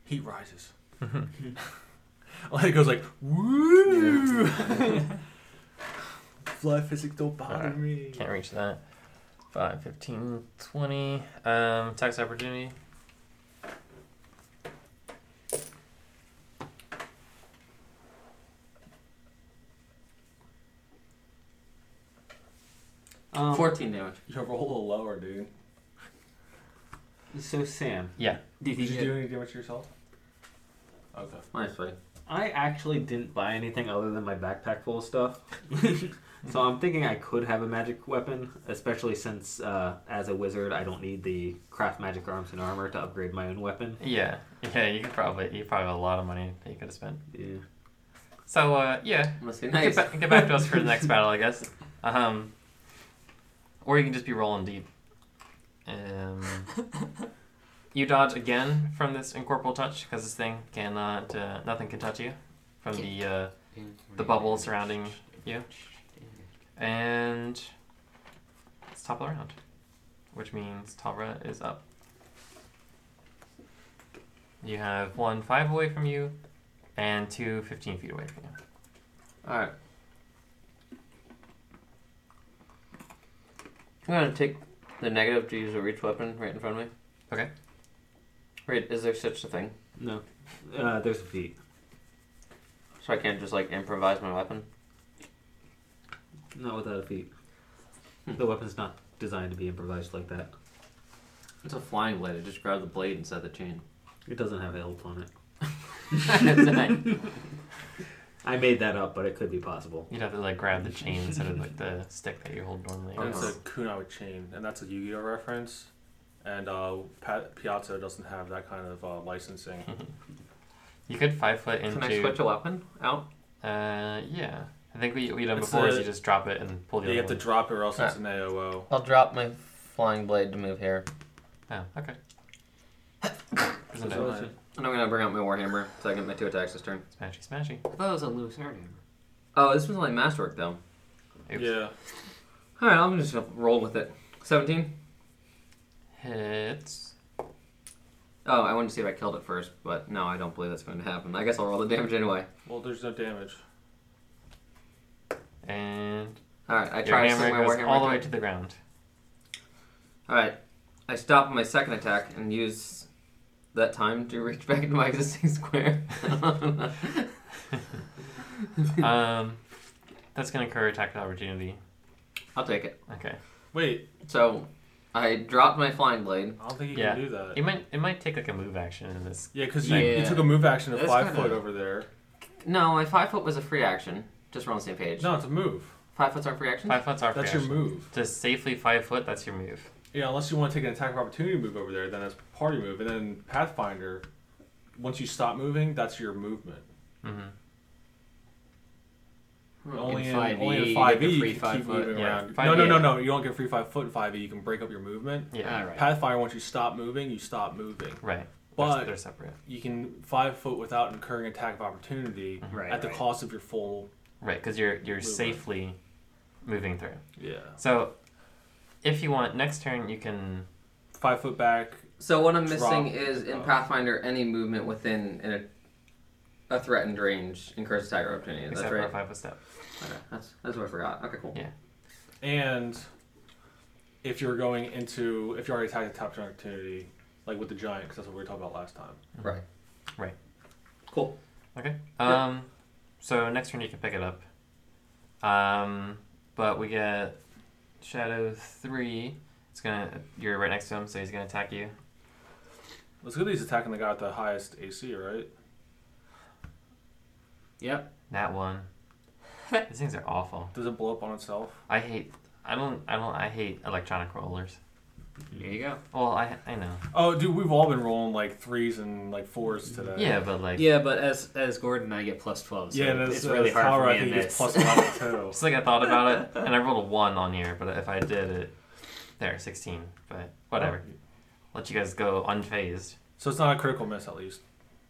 E: Heat rises. like it goes like woo. Fly physics don't bother
B: Alright.
E: me.
B: Can't reach that. 5, 15, 20. Um, tax opportunity.
D: Um,
C: Fourteen damage.
E: You roll a lower, dude.
D: so Sam,
G: Did
E: Did you do any damage to yourself? Okay.
C: Minus twenty.
D: I actually didn't buy anything other than my backpack full of stuff. so I'm thinking I could have a magic weapon, especially since uh, as a wizard I don't need the craft magic arms and armor to upgrade my own weapon.
B: Yeah. Yeah, you could probably, you probably have a lot of money that you could have spent.
D: Yeah.
B: So, uh, yeah.
C: I'm gonna say
B: Get,
C: nice.
B: ba- get back to us for the next battle, I guess. Um, or you can just be rolling deep. Um, you dodge again from this incorporeal touch because this thing cannot, uh, nothing can touch you from the uh, the bubble surrounding you. And it's top of the round, which means Talra is up. You have one five away from you, and two 15 feet away from you.
C: All right. I'm gonna take the negative to use a reach weapon right in front of me.
B: Okay.
C: Wait, is there such a thing?
D: No. Uh, there's a feat.
C: So I can't just like improvise my weapon.
D: Not without a feat. The weapon's not designed to be improvised like that.
C: It's a flying blade. I just grab the blade and set the chain.
D: It doesn't have a hilt on it.
C: Nice.
D: I made that up, but it could be possible.
B: You'd have to like grab the chain instead of like the stick that you hold normally.
E: And it's
C: Uh-huh.
E: a kunai chain, and that's a Yu-Gi-Oh reference. And uh, Pat- Piazza doesn't have that kind of uh, licensing.
B: You could five foot into.
C: Can I switch a weapon out?
B: Uh, yeah. I think we we done
E: It's
B: before is
E: the-
B: you just drop it and pull the
E: you
B: other
E: have to
B: one.
E: drop it, or else it's an AOO.
C: I'll drop my flying blade to move here.
B: Oh, okay. Isn't
F: So
B: it?
F: I-
C: And I'm gonna bring out my warhammer so I get my two attacks this turn.
B: Smashy, smashy.
G: I thought it was a Lucerne.
C: Oh, this was only masterwork though.
B: Oops.
E: Yeah.
C: All right, I'm just gonna roll with it. Seventeen.
B: Hits.
C: Oh, I wanted to see if I killed it first, but no, I don't believe that's going to happen. I guess I'll roll the damage anyway.
E: Well, there's no damage.
B: And
C: All right, I
B: your
C: try to swing
B: hammer
C: my
B: goes
C: warhammer
B: all the way
C: again.
B: to the ground.
C: All right, I stop my second attack and use that time to reach back into my existing square.
B: um, that's gonna incur attack of opportunity.
C: I'll take it.
B: Okay.
E: Wait,
C: So, I dropped my flying blade.
E: I don't think you
B: Yeah.
E: can do that.
B: It might it might take like a move action in this.
E: Yeah, because you, you
C: Yeah.
E: took a move action of
C: That's
E: five
C: kinda-
E: foot over there.
C: No, my five foot was a free action. Just we're on the same page.
E: No, it's a move.
C: Five foot's our free action.
B: Five foot's our
E: That's
B: reaction.
E: your move.
B: To safely five foot, that's your move.
E: Yeah, unless you want to take an attack of opportunity move over there, then that's party move. And then Pathfinder, once you stop moving, that's your movement.
B: Mm-hmm.
C: Hmm.
E: Only in, E,
G: 5e,
E: only in
G: E, you
E: 5e,
G: get the
E: you
G: free
E: can
G: five E,
E: keep
G: foot.
E: moving
B: Yeah,
E: around.
B: five-
E: no, no, no,
B: yeah.
E: no. You don't get free five foot in 5e. You can break up your movement.
B: Yeah.
G: All right.
E: Pathfinder, once you stop moving, you stop moving.
B: Right.
E: But-
B: they're, they're separate.
E: You can five foot without incurring attack of opportunity
G: Mm-hmm. right.
E: at the
G: right.
E: cost of your full.
B: Right, because you're you're
E: Movement.
B: safely moving through.
E: Yeah.
B: So, if you want next turn, you can.
E: Five foot back.
C: So what I'm
E: Drop.
C: missing is in
E: Oh.
C: Pathfinder, any movement within an, a threatened range incurs attack of opportunity. That's
B: Except for a
C: right.
B: five foot step.
C: Okay, that's that's what I forgot. Okay, cool.
B: Yeah.
E: And if you're going into, if you already attacked the top opportunity, like with the giant, because that's what we were talking about last time.
C: Right.
B: Right.
C: Cool.
B: Okay.
C: Yeah.
B: Um, so next turn you can pick it up. Um, but we get Shadow three. It's gonna. You're right next to him, so he's gonna attack you.
E: Let's go. He's attacking the guy with the highest AC, right?
G: Yep.
B: That one. These things are awful.
E: Does it blow up on itself?
B: I hate. I don't. I don't. I hate electronic rollers.
G: There you go.
B: Well, I. I know.
E: Oh, dude, we've all been rolling like threes and like fours today.
B: Yeah, but like.
G: Yeah, but as as Gordon, I get plus twelve. So
E: yeah. And
G: it's really hard
E: Tyler,
G: for
E: I
G: me in
E: think
G: this.
E: it's plus eleven too.
B: It's like I thought about it, and I rolled a one on here, but if I did it, there, sixteen. But whatever.
E: Oh.
B: Let you guys go unfazed.
E: So it's not a critical miss, at least,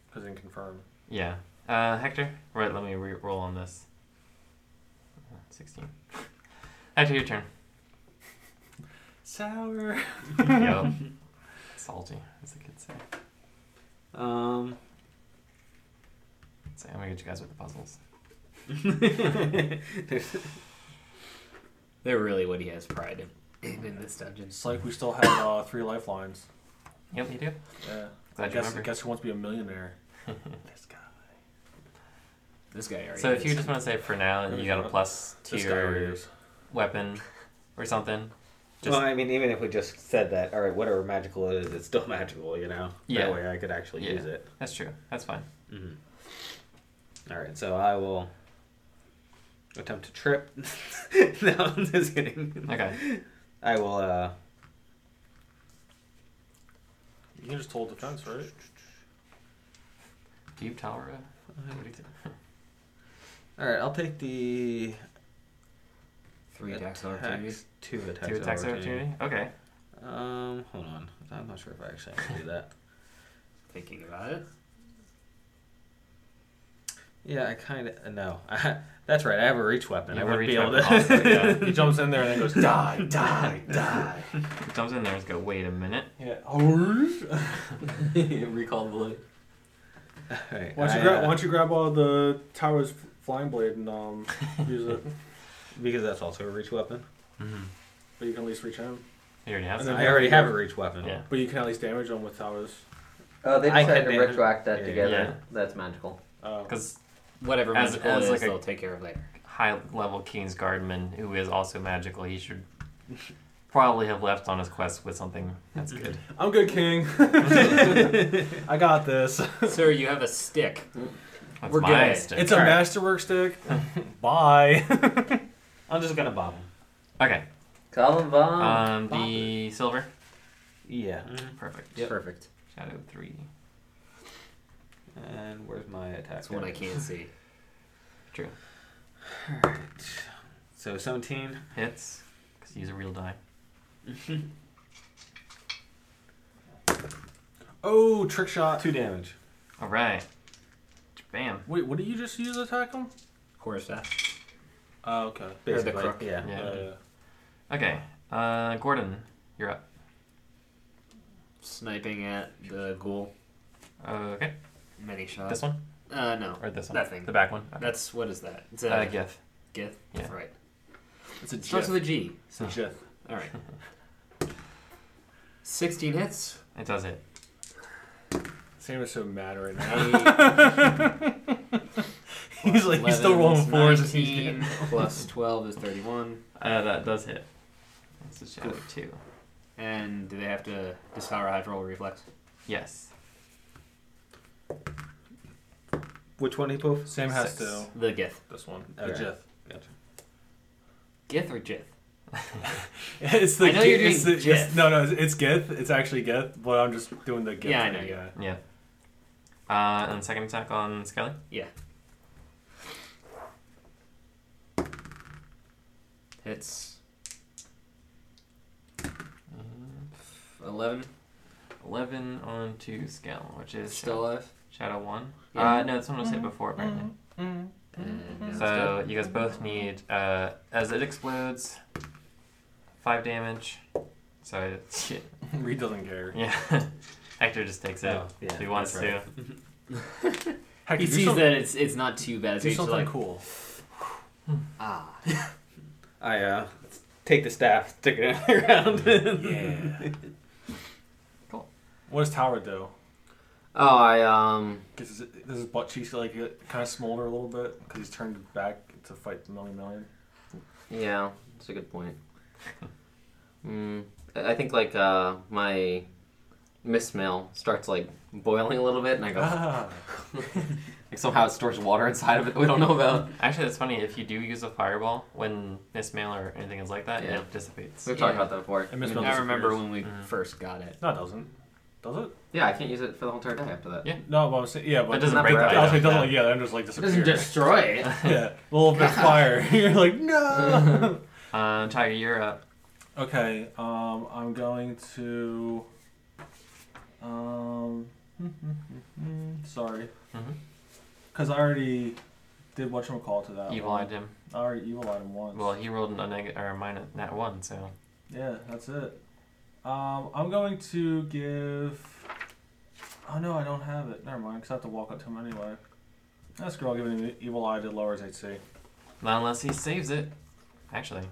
E: because it can confirm.
B: Yeah. Uh, Hector, right? Let me re-roll on this. Uh, Sixteen. Hector, your turn.
E: Sour.
B: Yo. Salty, as the kids say.
D: Um,
B: So I'm gonna get you guys with the puzzles.
G: They're really what he has pride in, in, this dungeon.
E: It's like we still have uh, three lifelines.
B: Yep, you do.
E: Yeah.
B: Glad you
E: guess,
B: remember.
E: guess who wants to be a millionaire? this guy.
G: This guy already.
B: So if
G: is.
B: you just want to say for now, you got a plus to
E: This guy already
B: your
E: is.
B: weapon or something. Just-
D: well, I mean, even if we just said that, all right, whatever magical it is, it's still magical, you know.
B: Yeah.
D: That way, I could actually
B: Yeah.
D: use it.
B: That's true. That's fine.
D: All right, so I will attempt to trip. no, I'm just kidding.
B: Okay.
D: I will. uh
E: You can just hold defense, right?
B: Do you tower? uh, What do you think?
D: All right, I'll take the
G: three attacks of
D: attacks-
G: opportunity.
D: Two attacks.
B: Do
D: of
B: attacks of opportunity? Okay.
D: Um, hold on. I'm not sure if I actually have to do that.
G: Thinking about it.
D: Yeah, I kind of no. that's right. I have a reach weapon.
B: You
D: I
B: have a
D: wouldn't be
B: reach
D: able to.
B: weapon also, yeah.
E: He jumps in there and then goes die, die, die.
B: Jumps in there and go, wait a minute.
E: Yeah.
B: Uh,
C: Recall the blade.
D: All right,
E: Why don't, you
D: I,
E: grab,
D: uh,
E: why don't you grab all the tower's f- flying blade and um, use it?
D: Because that's also a reach weapon.
B: Mm-hmm.
E: But you can at least reach him.
B: You already have
E: And
B: some.
E: then-
D: I already have a reach weapon.
B: Yeah.
E: But you can at least damage him with towers.
C: Oh, they
D: I
C: decided
D: can
C: to
D: damage-
C: retroact that
D: yeah.
C: together.
B: Yeah.
C: That's magical.
E: Uh,
B: Because
G: Whatever
B: As-
G: magical
B: as
G: it is,
B: like a-
G: they'll take care of later.
B: high level King's Guardman, who is also magical, he should probably have left on his quest with something that's
G: Mm-hmm.
B: good.
E: I'm good, King. I got this.
G: Sir, you have a stick.
B: That's
G: We're
B: my
G: good.
B: stick.
E: It's a
G: Alright.
E: masterwork stick. Bye.
D: I'm just gonna bomb.
B: Okay.
C: Colin Vaughn.
B: Um, the silver.
D: Yeah.
B: Perfect.
D: Perfect.
B: Shadow three.
D: And where's my attack?
G: That's one I can't see.
B: True.
D: So 17.
B: Hits. Because you use a real die.
E: Oh, trick shot.
D: Two damage.
B: All right. Bam.
E: Wait, what did you just use to attack him?
G: Quarter staff.
E: Oh, okay.
G: Or the
D: Basically,
G: crook.
D: Yeah.
B: Yeah.
E: Uh,
B: Okay. Uh, Gordon, you're up.
G: Sniping at the ghoul.
B: Okay.
G: Many shots.
B: This one
G: Uh, no.
B: or this one?
G: That thing.
B: The back one. Okay.
G: That's what is that? It's a
B: Uh, Gith.
G: Gith?
B: yeah.
G: Right.
E: it's a
G: Starts
E: gif.
G: with a G.
E: It's a gif.
G: All right. 16 hits.
B: It does it.
E: Sam is so mad right now. he's like, he's still
G: 11
E: rolling
G: is
E: fours. as he's getting-
G: 19 plus 12 is 31.
B: Uh, that does hit. That's a shadow two.
G: And do they have to discover high roll reflex?
B: Yes.
D: Which one he poof?
E: Sam has
B: Six.
E: to.
G: The Gith.
E: This one.
D: Okay.
E: A gif.
G: Gith or Jith?
E: It's the
G: I know you're
E: Gith- it's
G: doing
E: the- it's-
G: gif.
E: no, no, it's, it's Gith. It's actually Gith, but I'm just doing the Gith.
G: Yeah, I
E: thing,
G: know.
E: yeah.
B: Yeah. Uh, and second attack on Skelly.
G: Hits. Mm-hmm. 11.
B: Eleven on two Skelly, which is
G: Still alive.
B: shadow one.
G: Yeah.
B: Uh, no, this one was hit before it burned. in.
G: And now it's dead.
B: So you guys both need uh, as it explodes, five damage. So it's,
E: Reed doesn't care.
B: yeah, Hector just takes it.
D: Oh, yeah,
B: if he wants
D: that's right.
B: to.
E: Heck,
G: He
E: do
G: sees
E: some-
G: that it's it's not too bad. So
E: Do
G: he's just
E: something
G: like,
E: cool.
G: ah.
D: I uh, take the staff, stick it around.
E: Yeah.
B: Cool.
E: What does Tower do?
C: Oh, I um.
E: Does his, does his butt cheeks like kind of smolder a little bit because he's turned back to fight the Million Million?
C: Yeah, that's a good point. Mm, I I think like uh my mistmail starts like boiling a little bit, and I go
E: Ah,
C: like somehow it stores water inside of it that we don't know about.
B: Actually, that's funny. If you do use a fireball when Mistmail or anything is like that,
C: Yeah.
B: it dissipates.
C: We've
G: Yeah.
C: talked about that before.
E: And mistmail-
G: I remember when we
B: Mhm.
G: first got it.
E: no, it doesn't. Does it?
C: Yeah, I can't use it for the whole entire day after that.
B: Yeah.
E: No, but I'm saying, yeah, but
B: That doesn't
C: Not
B: break the
E: I
C: bad.
E: was like,
B: item.
E: doesn't like, yeah, then just like
C: It
E: disappear.
C: doesn't destroy it.
E: yeah, a little bit of fire. You're like, no.
B: Um, Tiger, you're up.
E: okay, um, I'm going to. Um, sorry,
B: Mhm.
E: because I already did what you call to that.
B: Evil
E: one.
B: eyed him.
E: I already evil eyed him once.
B: Well, he rolled a negative or a minus nat one, so
E: Yeah, that's it. Um, I'm going to give. Oh no, I don't have it. Never mind, because I have to walk up to him anyway. That's girl giving an evil eye to lower his HC.
B: not unless he saves it. Actually,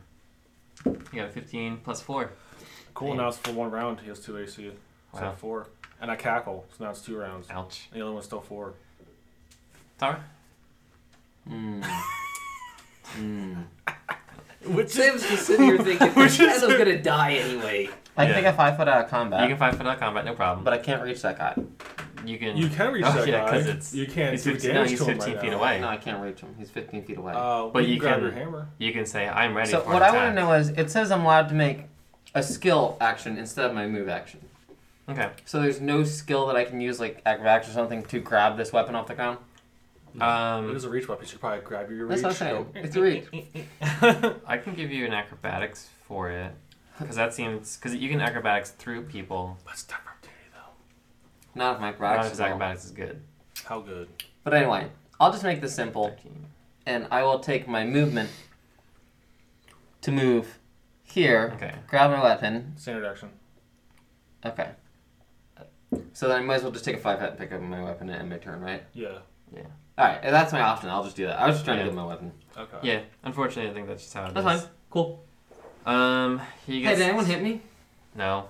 B: you got a 15 plus four.
E: Cool,
B: Damn.
E: now it's for one round. He has two AC. So
B: Wow.
E: now four. And I cackle, so now it's two rounds. And
B: Ouch.
E: the other one's still four.
B: Tara.
C: Mm. Mm.
E: Which
C: Sam's just sitting here thinking,
E: Which is-
C: Shadow's gonna die anyway. I
B: Yeah.
C: can take a five foot out of combat,
B: You can fight for that combat, no problem.
C: but I can't reach that guy.
B: you can.
E: You can reach
B: Oh,
E: that
B: yeah,
E: guy.
B: 'cause it's-
E: you can't
B: he's
E: do
B: 15 no,
E: damage
B: he's
E: to him
B: 15
E: right
B: feet
E: now.
B: away.
C: No, I can't reach him. He's 15 feet away.
E: Uh,
B: But
E: but you
B: you
E: grab
B: can-
E: your hammer.
B: You can say, "I'm ready."
C: so
B: for
C: what
B: attack.
C: I want to know is, it says I'm allowed to make a skill action instead of my move action.
B: Okay.
C: So there's no skill that I can use, like acrobatics or something, to grab this weapon off the ground.
E: It
B: Um,
E: is a reach weapon. You should probably grab your reach.
C: That's what I'm saying. It's a reach.
B: I can give you an acrobatics for it, because that seems because you can acrobatics through people.
E: But it's different to you, though.
C: Not if my
B: Not
C: acrobatics.
B: if
C: is all.
B: acrobatics is good.
E: How good?
C: But anyway, I'll just make this simple,
B: 13.
C: and I will take my movement to move here,
B: Okay.
C: grab my weapon.
E: Standard action.
C: Okay. So then I might as well just take a five hit and pick up my weapon and end my turn, right?
E: Yeah.
C: All right, that's my option. I'll just do that. I was just trying
B: Yeah.
C: to get my weapon.
E: Okay.
B: Yeah. Unfortunately, I think that's just how it is.
C: That's fine. Cool.
B: Um, he
C: Hey,
B: gets.
C: did anyone hit me?
B: No.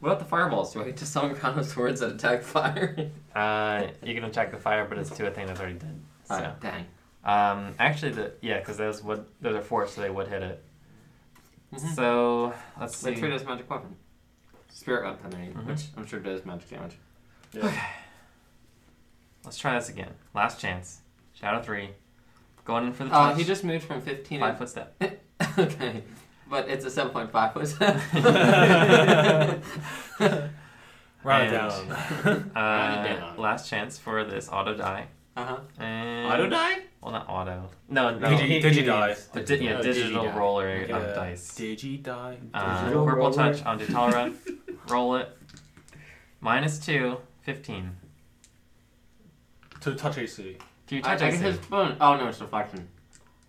C: What about the fireballs? Do I get to summon Crown of Swords that attack fire?
B: Uh, you can attack the fire, but it's to a thing that's already dead. So.
C: Alright, dang.
B: Um, actually, the yeah, because those would those are four, so they would hit it.
C: Mhm.
B: So let's see.
C: Let's treat it as a magic weapon. Mm-hmm. Spirit weapon, I mean,
B: Mhm.
C: which I'm sure does magic damage.
B: Let's try this again. Last chance. Shadow three, going in for the
C: Oh,
B: touch.
C: he just moved from 15
B: five foot step.
C: okay. But it's a 7.5 foot
E: Round it
B: And-
E: down.
B: Uh,
G: down.
B: Last chance for this auto die.
C: uh-huh.
B: And
G: Auto die?
B: Well, not auto. No, no.
E: Digi, digi die.
B: Uh, di- yeah,
G: Oh, digi
B: digital
G: die.
B: roller
E: Yeah.
B: of dice.
E: Digi die.
B: Uh,
E: Digital
B: purple
E: roller.
B: touch onto Talra. roll it. Minus two Fifteen.
E: to touch AC.
B: Do you
C: I, I
B: touch
C: guess
B: AC?
C: his bone. Oh no, it's reflection.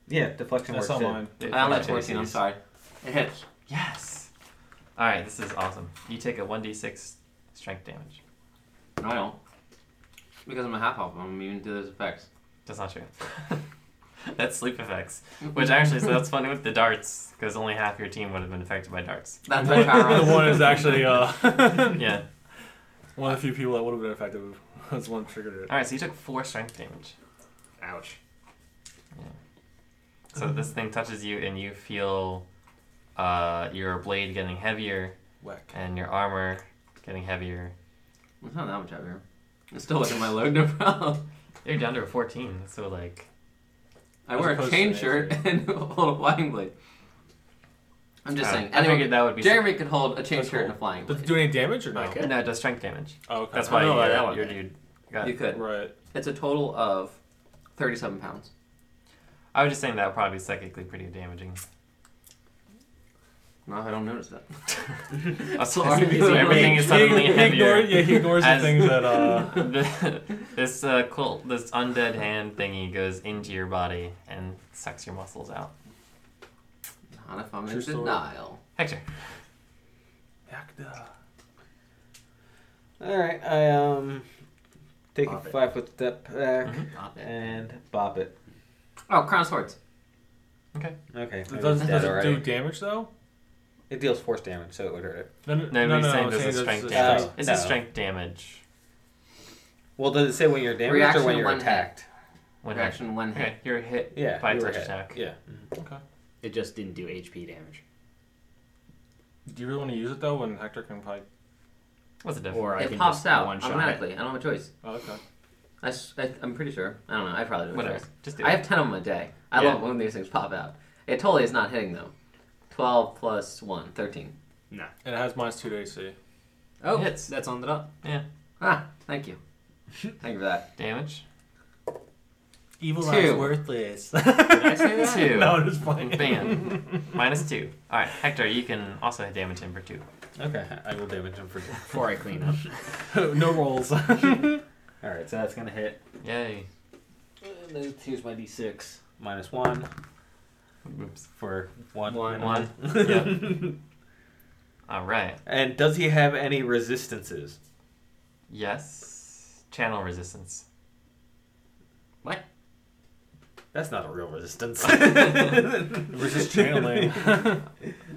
D: Yeah, deflection
E: That's
D: works
E: not
D: too.
E: mine.
B: It
C: I only
B: touches
C: have 14. I'm
B: AC.
C: sorry. It hits.
B: Yes. All right, this is awesome. You take a one d six strength damage.
C: No, I don't. Because I'm a half elf, I'm immune to those effects.
B: That's not true. that's sleep effects, which actually so that's funny with the darts because only half your team would have been affected by darts.
C: That's my power.
E: the one is actually uh,
B: Yeah.
E: one of the few people that would have been effective. That's one triggered it.
B: All right, so you took four strength damage.
G: Ouch.
B: So this thing touches you, and you feel uh, your blade getting heavier
E: Whack.
B: and your armor getting heavier.
C: It's not that much heavier. It's still looking my load, no problem.
B: You're down to a fourteen, so like
C: I
E: As
C: wear a
E: opposed
C: chain
E: to
C: shirt
E: AC.
C: and hold a flying blade. I'm just
B: uh,
C: saying.
B: I
C: Anyone,
B: figured that would be
C: Jeremy could hold a chain
E: That's
C: shirt and a
E: cool.
C: flying
E: Does
C: blade.
E: it do any damage or no?
G: Okay.
B: no, it does strength damage.
E: Oh, okay.
B: That's
G: I
B: why
G: don't know about
B: your-
G: that one.
B: your dude got.
C: You could.
E: right.
C: It's a total of 37 pounds.
B: I was just saying that would probably be psychically pretty damaging.
C: No, I don't notice that.
B: Uh, so-
C: Sorry.
B: so everything is suddenly
E: he, he
B: heavier.
E: ignores, yeah, he ignores the
B: as-
E: things that uh,
B: The- this uh, cult, this undead hand thingy goes into your body and sucks your muscles out.
C: Not if I'm in
E: True story.
C: denial.
B: Hector,
E: Yakda.
D: All right, I um take
C: Bop
D: a
C: it.
D: five foot step back
C: Stop it.
D: and bop it.
C: Oh, crown of swords.
D: Okay,
E: Does,
D: maybe
E: does
D: it's
E: it
D: dead already.
E: do damage though?
D: It deals force damage, so it would hurt it.
E: No,
B: no, no, saying
E: I'm
B: there's a
E: saying
B: strength
E: that's-
D: damage.
B: damage.
D: Oh,
B: It's
D: no.
B: a strength damage.
D: Well, does it say when you're damaged
C: Reaction
D: or when
C: to
D: you're
C: one hit.
D: attacked?
B: One Eh, hit.
C: Reaction one hit.
B: Okay, you're hit
D: Yeah,
B: by
D: you were
B: touch
D: hit.
B: attack.
D: Yeah.
E: Okay.
G: It just didn't do HP damage.
E: Do you really want to use it though when Hector can probably?
B: What's the difference?
G: Or I
C: It
G: can
C: pops
G: just
C: out
G: one shot
C: automatically. I don't have a choice.
E: Oh, okay.
C: I, am pretty sure. I don't know. I
G: uh,
C: probably do. have a
B: Whatever.
C: choice.
B: Just do
C: I
B: it.
C: have 10 of them a day. I
B: Yeah.
C: love when these things pop out. It totally is not hitting though. 12 plus 1, 13.
E: And it has minus two to AC.
G: Oh,
B: Hits.
G: that's on the dot.
C: Ah, thank you. Thank you for that.
B: Damage.
E: Evil
C: Two. eye's
E: worthless.
G: I say that?
B: Two.
E: no, I'm just playing.
B: Bam. Minus two. All right, Hector, you can also damage him for two.
D: Okay, I will damage him for.
G: Before I clean up.
E: no rolls.
D: All right, so that's gonna hit.
B: Yay.
D: And then here's my d6 minus one
B: Oops.
D: for one.
G: One.
B: One. yeah. All right.
D: And does he have any resistances?
B: Yes. Channel resistance.
D: That's not a real resistance.
E: Resist channeling.
G: Oh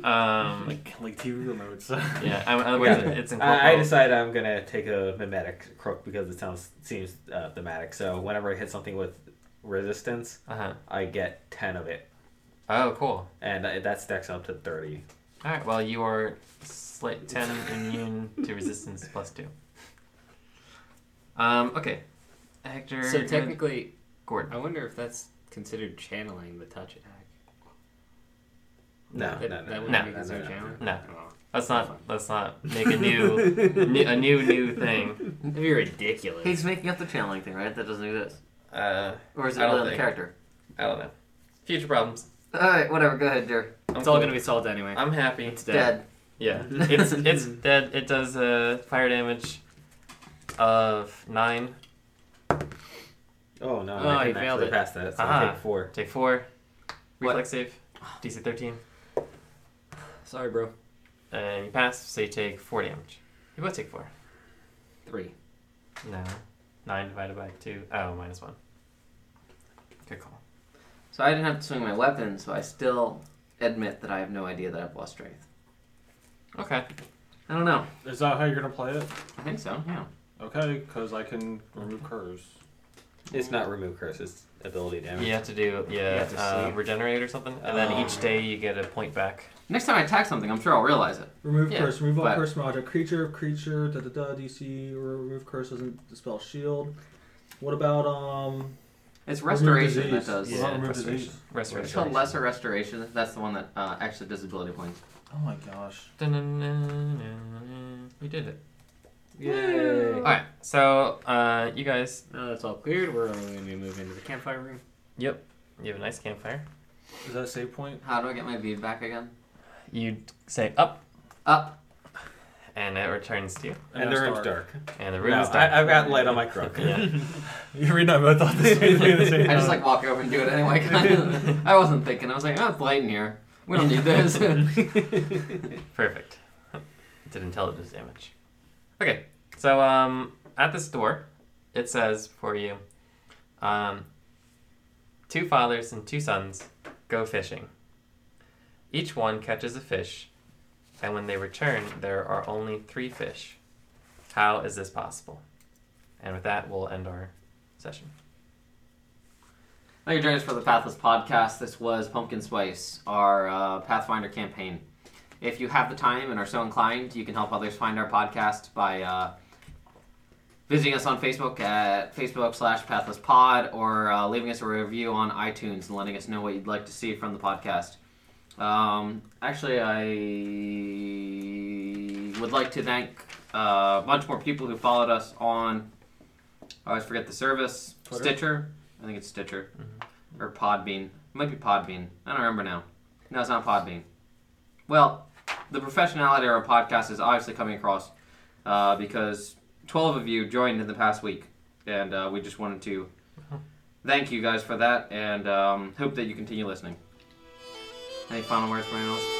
B: Um,
E: like, like TV remotes.
B: yeah. I'm, otherwise,
D: Yeah.
B: it's incorporeal.
D: I, I decide I'm gonna take a mimetic crook because it sounds seems uh, thematic. So whenever I hit something with resistance,
B: Uh-huh.
D: I get ten of it,
B: Oh, cool.
D: and I, that stacks up to thirty.
B: All right. Well, you are slight ten immune to resistance plus two. Um. Okay. Hector.
G: So
B: you're-
G: technically,
B: Gordon.
G: I wonder if that's considered channeling the touch attack.
D: No,
G: that,
D: no,
G: that
D: no,
G: wouldn't
B: no,
G: be
D: no,
G: considered
D: no, no.
G: channeling.
B: No.
G: Oh.
B: Let's not. Let's not make a new, new a new new thing.
G: That'd be ridiculous.
C: He's making up the channeling thing, right? That doesn't exist.
B: Uh.
C: Or is it
B: I don't
C: another
B: think.
C: character?
B: I don't know. Future problems.
C: Alright, whatever. Go ahead, Jer.
B: I'm
G: it's all
B: cool.
G: gonna be solved anyway.
D: Uh,
B: I'm happy.
G: it's dead.
C: Dead.
B: Yeah. It's it's dead. It does uh, fire damage of nine.
D: Oh no,
G: Oh,
D: I
G: he
D: didn't
G: failed
D: actually
G: it. Uh-huh.
D: pass that. So I
B: Ah.
D: take four.
B: Take four.
C: What?
B: Reflex save. DC thirteen.
G: Sorry, bro.
B: And you pass, so you take four damage. You both take four.
G: Three.
B: No. Nine divided by two. Oh, minus one. Good call.
C: So I didn't have to swing my weapon, so I still admit that I have no idea that I've lost strength.
B: Okay.
C: I don't know.
E: Is that how you're gonna play it?
C: I think so, yeah.
E: Okay, because I can remove curves.
D: It's not remove curse. It's ability damage.
B: You have to do yeah
G: have to
B: uh,
G: save.
B: regenerate or something, and then each day you get a point back.
C: Next time I attack something, I'm sure I'll realize it.
E: Remove
B: Yeah,
E: curse. Remove all
C: but-
E: curse from object. Creature, creature. Da da da. DC. Remove curse doesn't dispel shield. What about um?
C: It's
E: remove
C: restoration that
E: disease?
C: does.
E: What about
B: Yeah,
E: remove
B: restoration.
E: disease?
C: It's
B: Restoration.
C: called lesser restoration. That's the one that uh, actually does ability points.
E: Oh my gosh.
B: Dun-dun-dun-dun-dun. You did it.
G: Yay.
B: All right. So uh, you guys,
G: Now that's all cleared, we're gonna be moving to the campfire room.
B: yep, you have a nice campfire.
E: Is that a save point?
C: How do I get my bead back again?
B: You say up
C: Up.
B: and it returns to you.
D: And,
E: now
D: the
E: it's
D: room's dark.
B: And the room
D: No,
B: is dark.
D: I, I've got light on my crook.
B: Yeah.
E: You read my both thought this would be the same.
C: I just like walk over and do it anyway. 'cause I wasn't thinking. I was like, oh, it's light in here. We don't need this.
B: Perfect. Did intelligence damage. Okay, so um, at this door, it says for you, um, two fathers and two sons go fishing. Each one catches a fish, and when they return, there are only three fish. How is this possible? And with that, we'll end our session.
C: Thank you for joining us for the Pathless Podcast. This was Pumpkin Spice, our uh, Pathfinder campaign. If you have the time and are so inclined, you can help others find our podcast by uh, visiting us on Facebook at Facebook slash Pathless Pod or uh, leaving us a review on iTunes and letting us know what you'd like to see from the podcast. Um, actually, I would like to thank uh, a bunch more people who followed us on, I always forget the service,
E: Twitter?
C: Stitcher. I think it's Stitcher. Or Podbean. It might be Podbean. I don't remember now. No, it's not Podbean. Well, the professionality of our podcast is obviously coming across uh, because 12 of you joined in the past week. And uh, we just wanted to thank you guys for that and um, hope that you continue listening. Any final words for anyone else?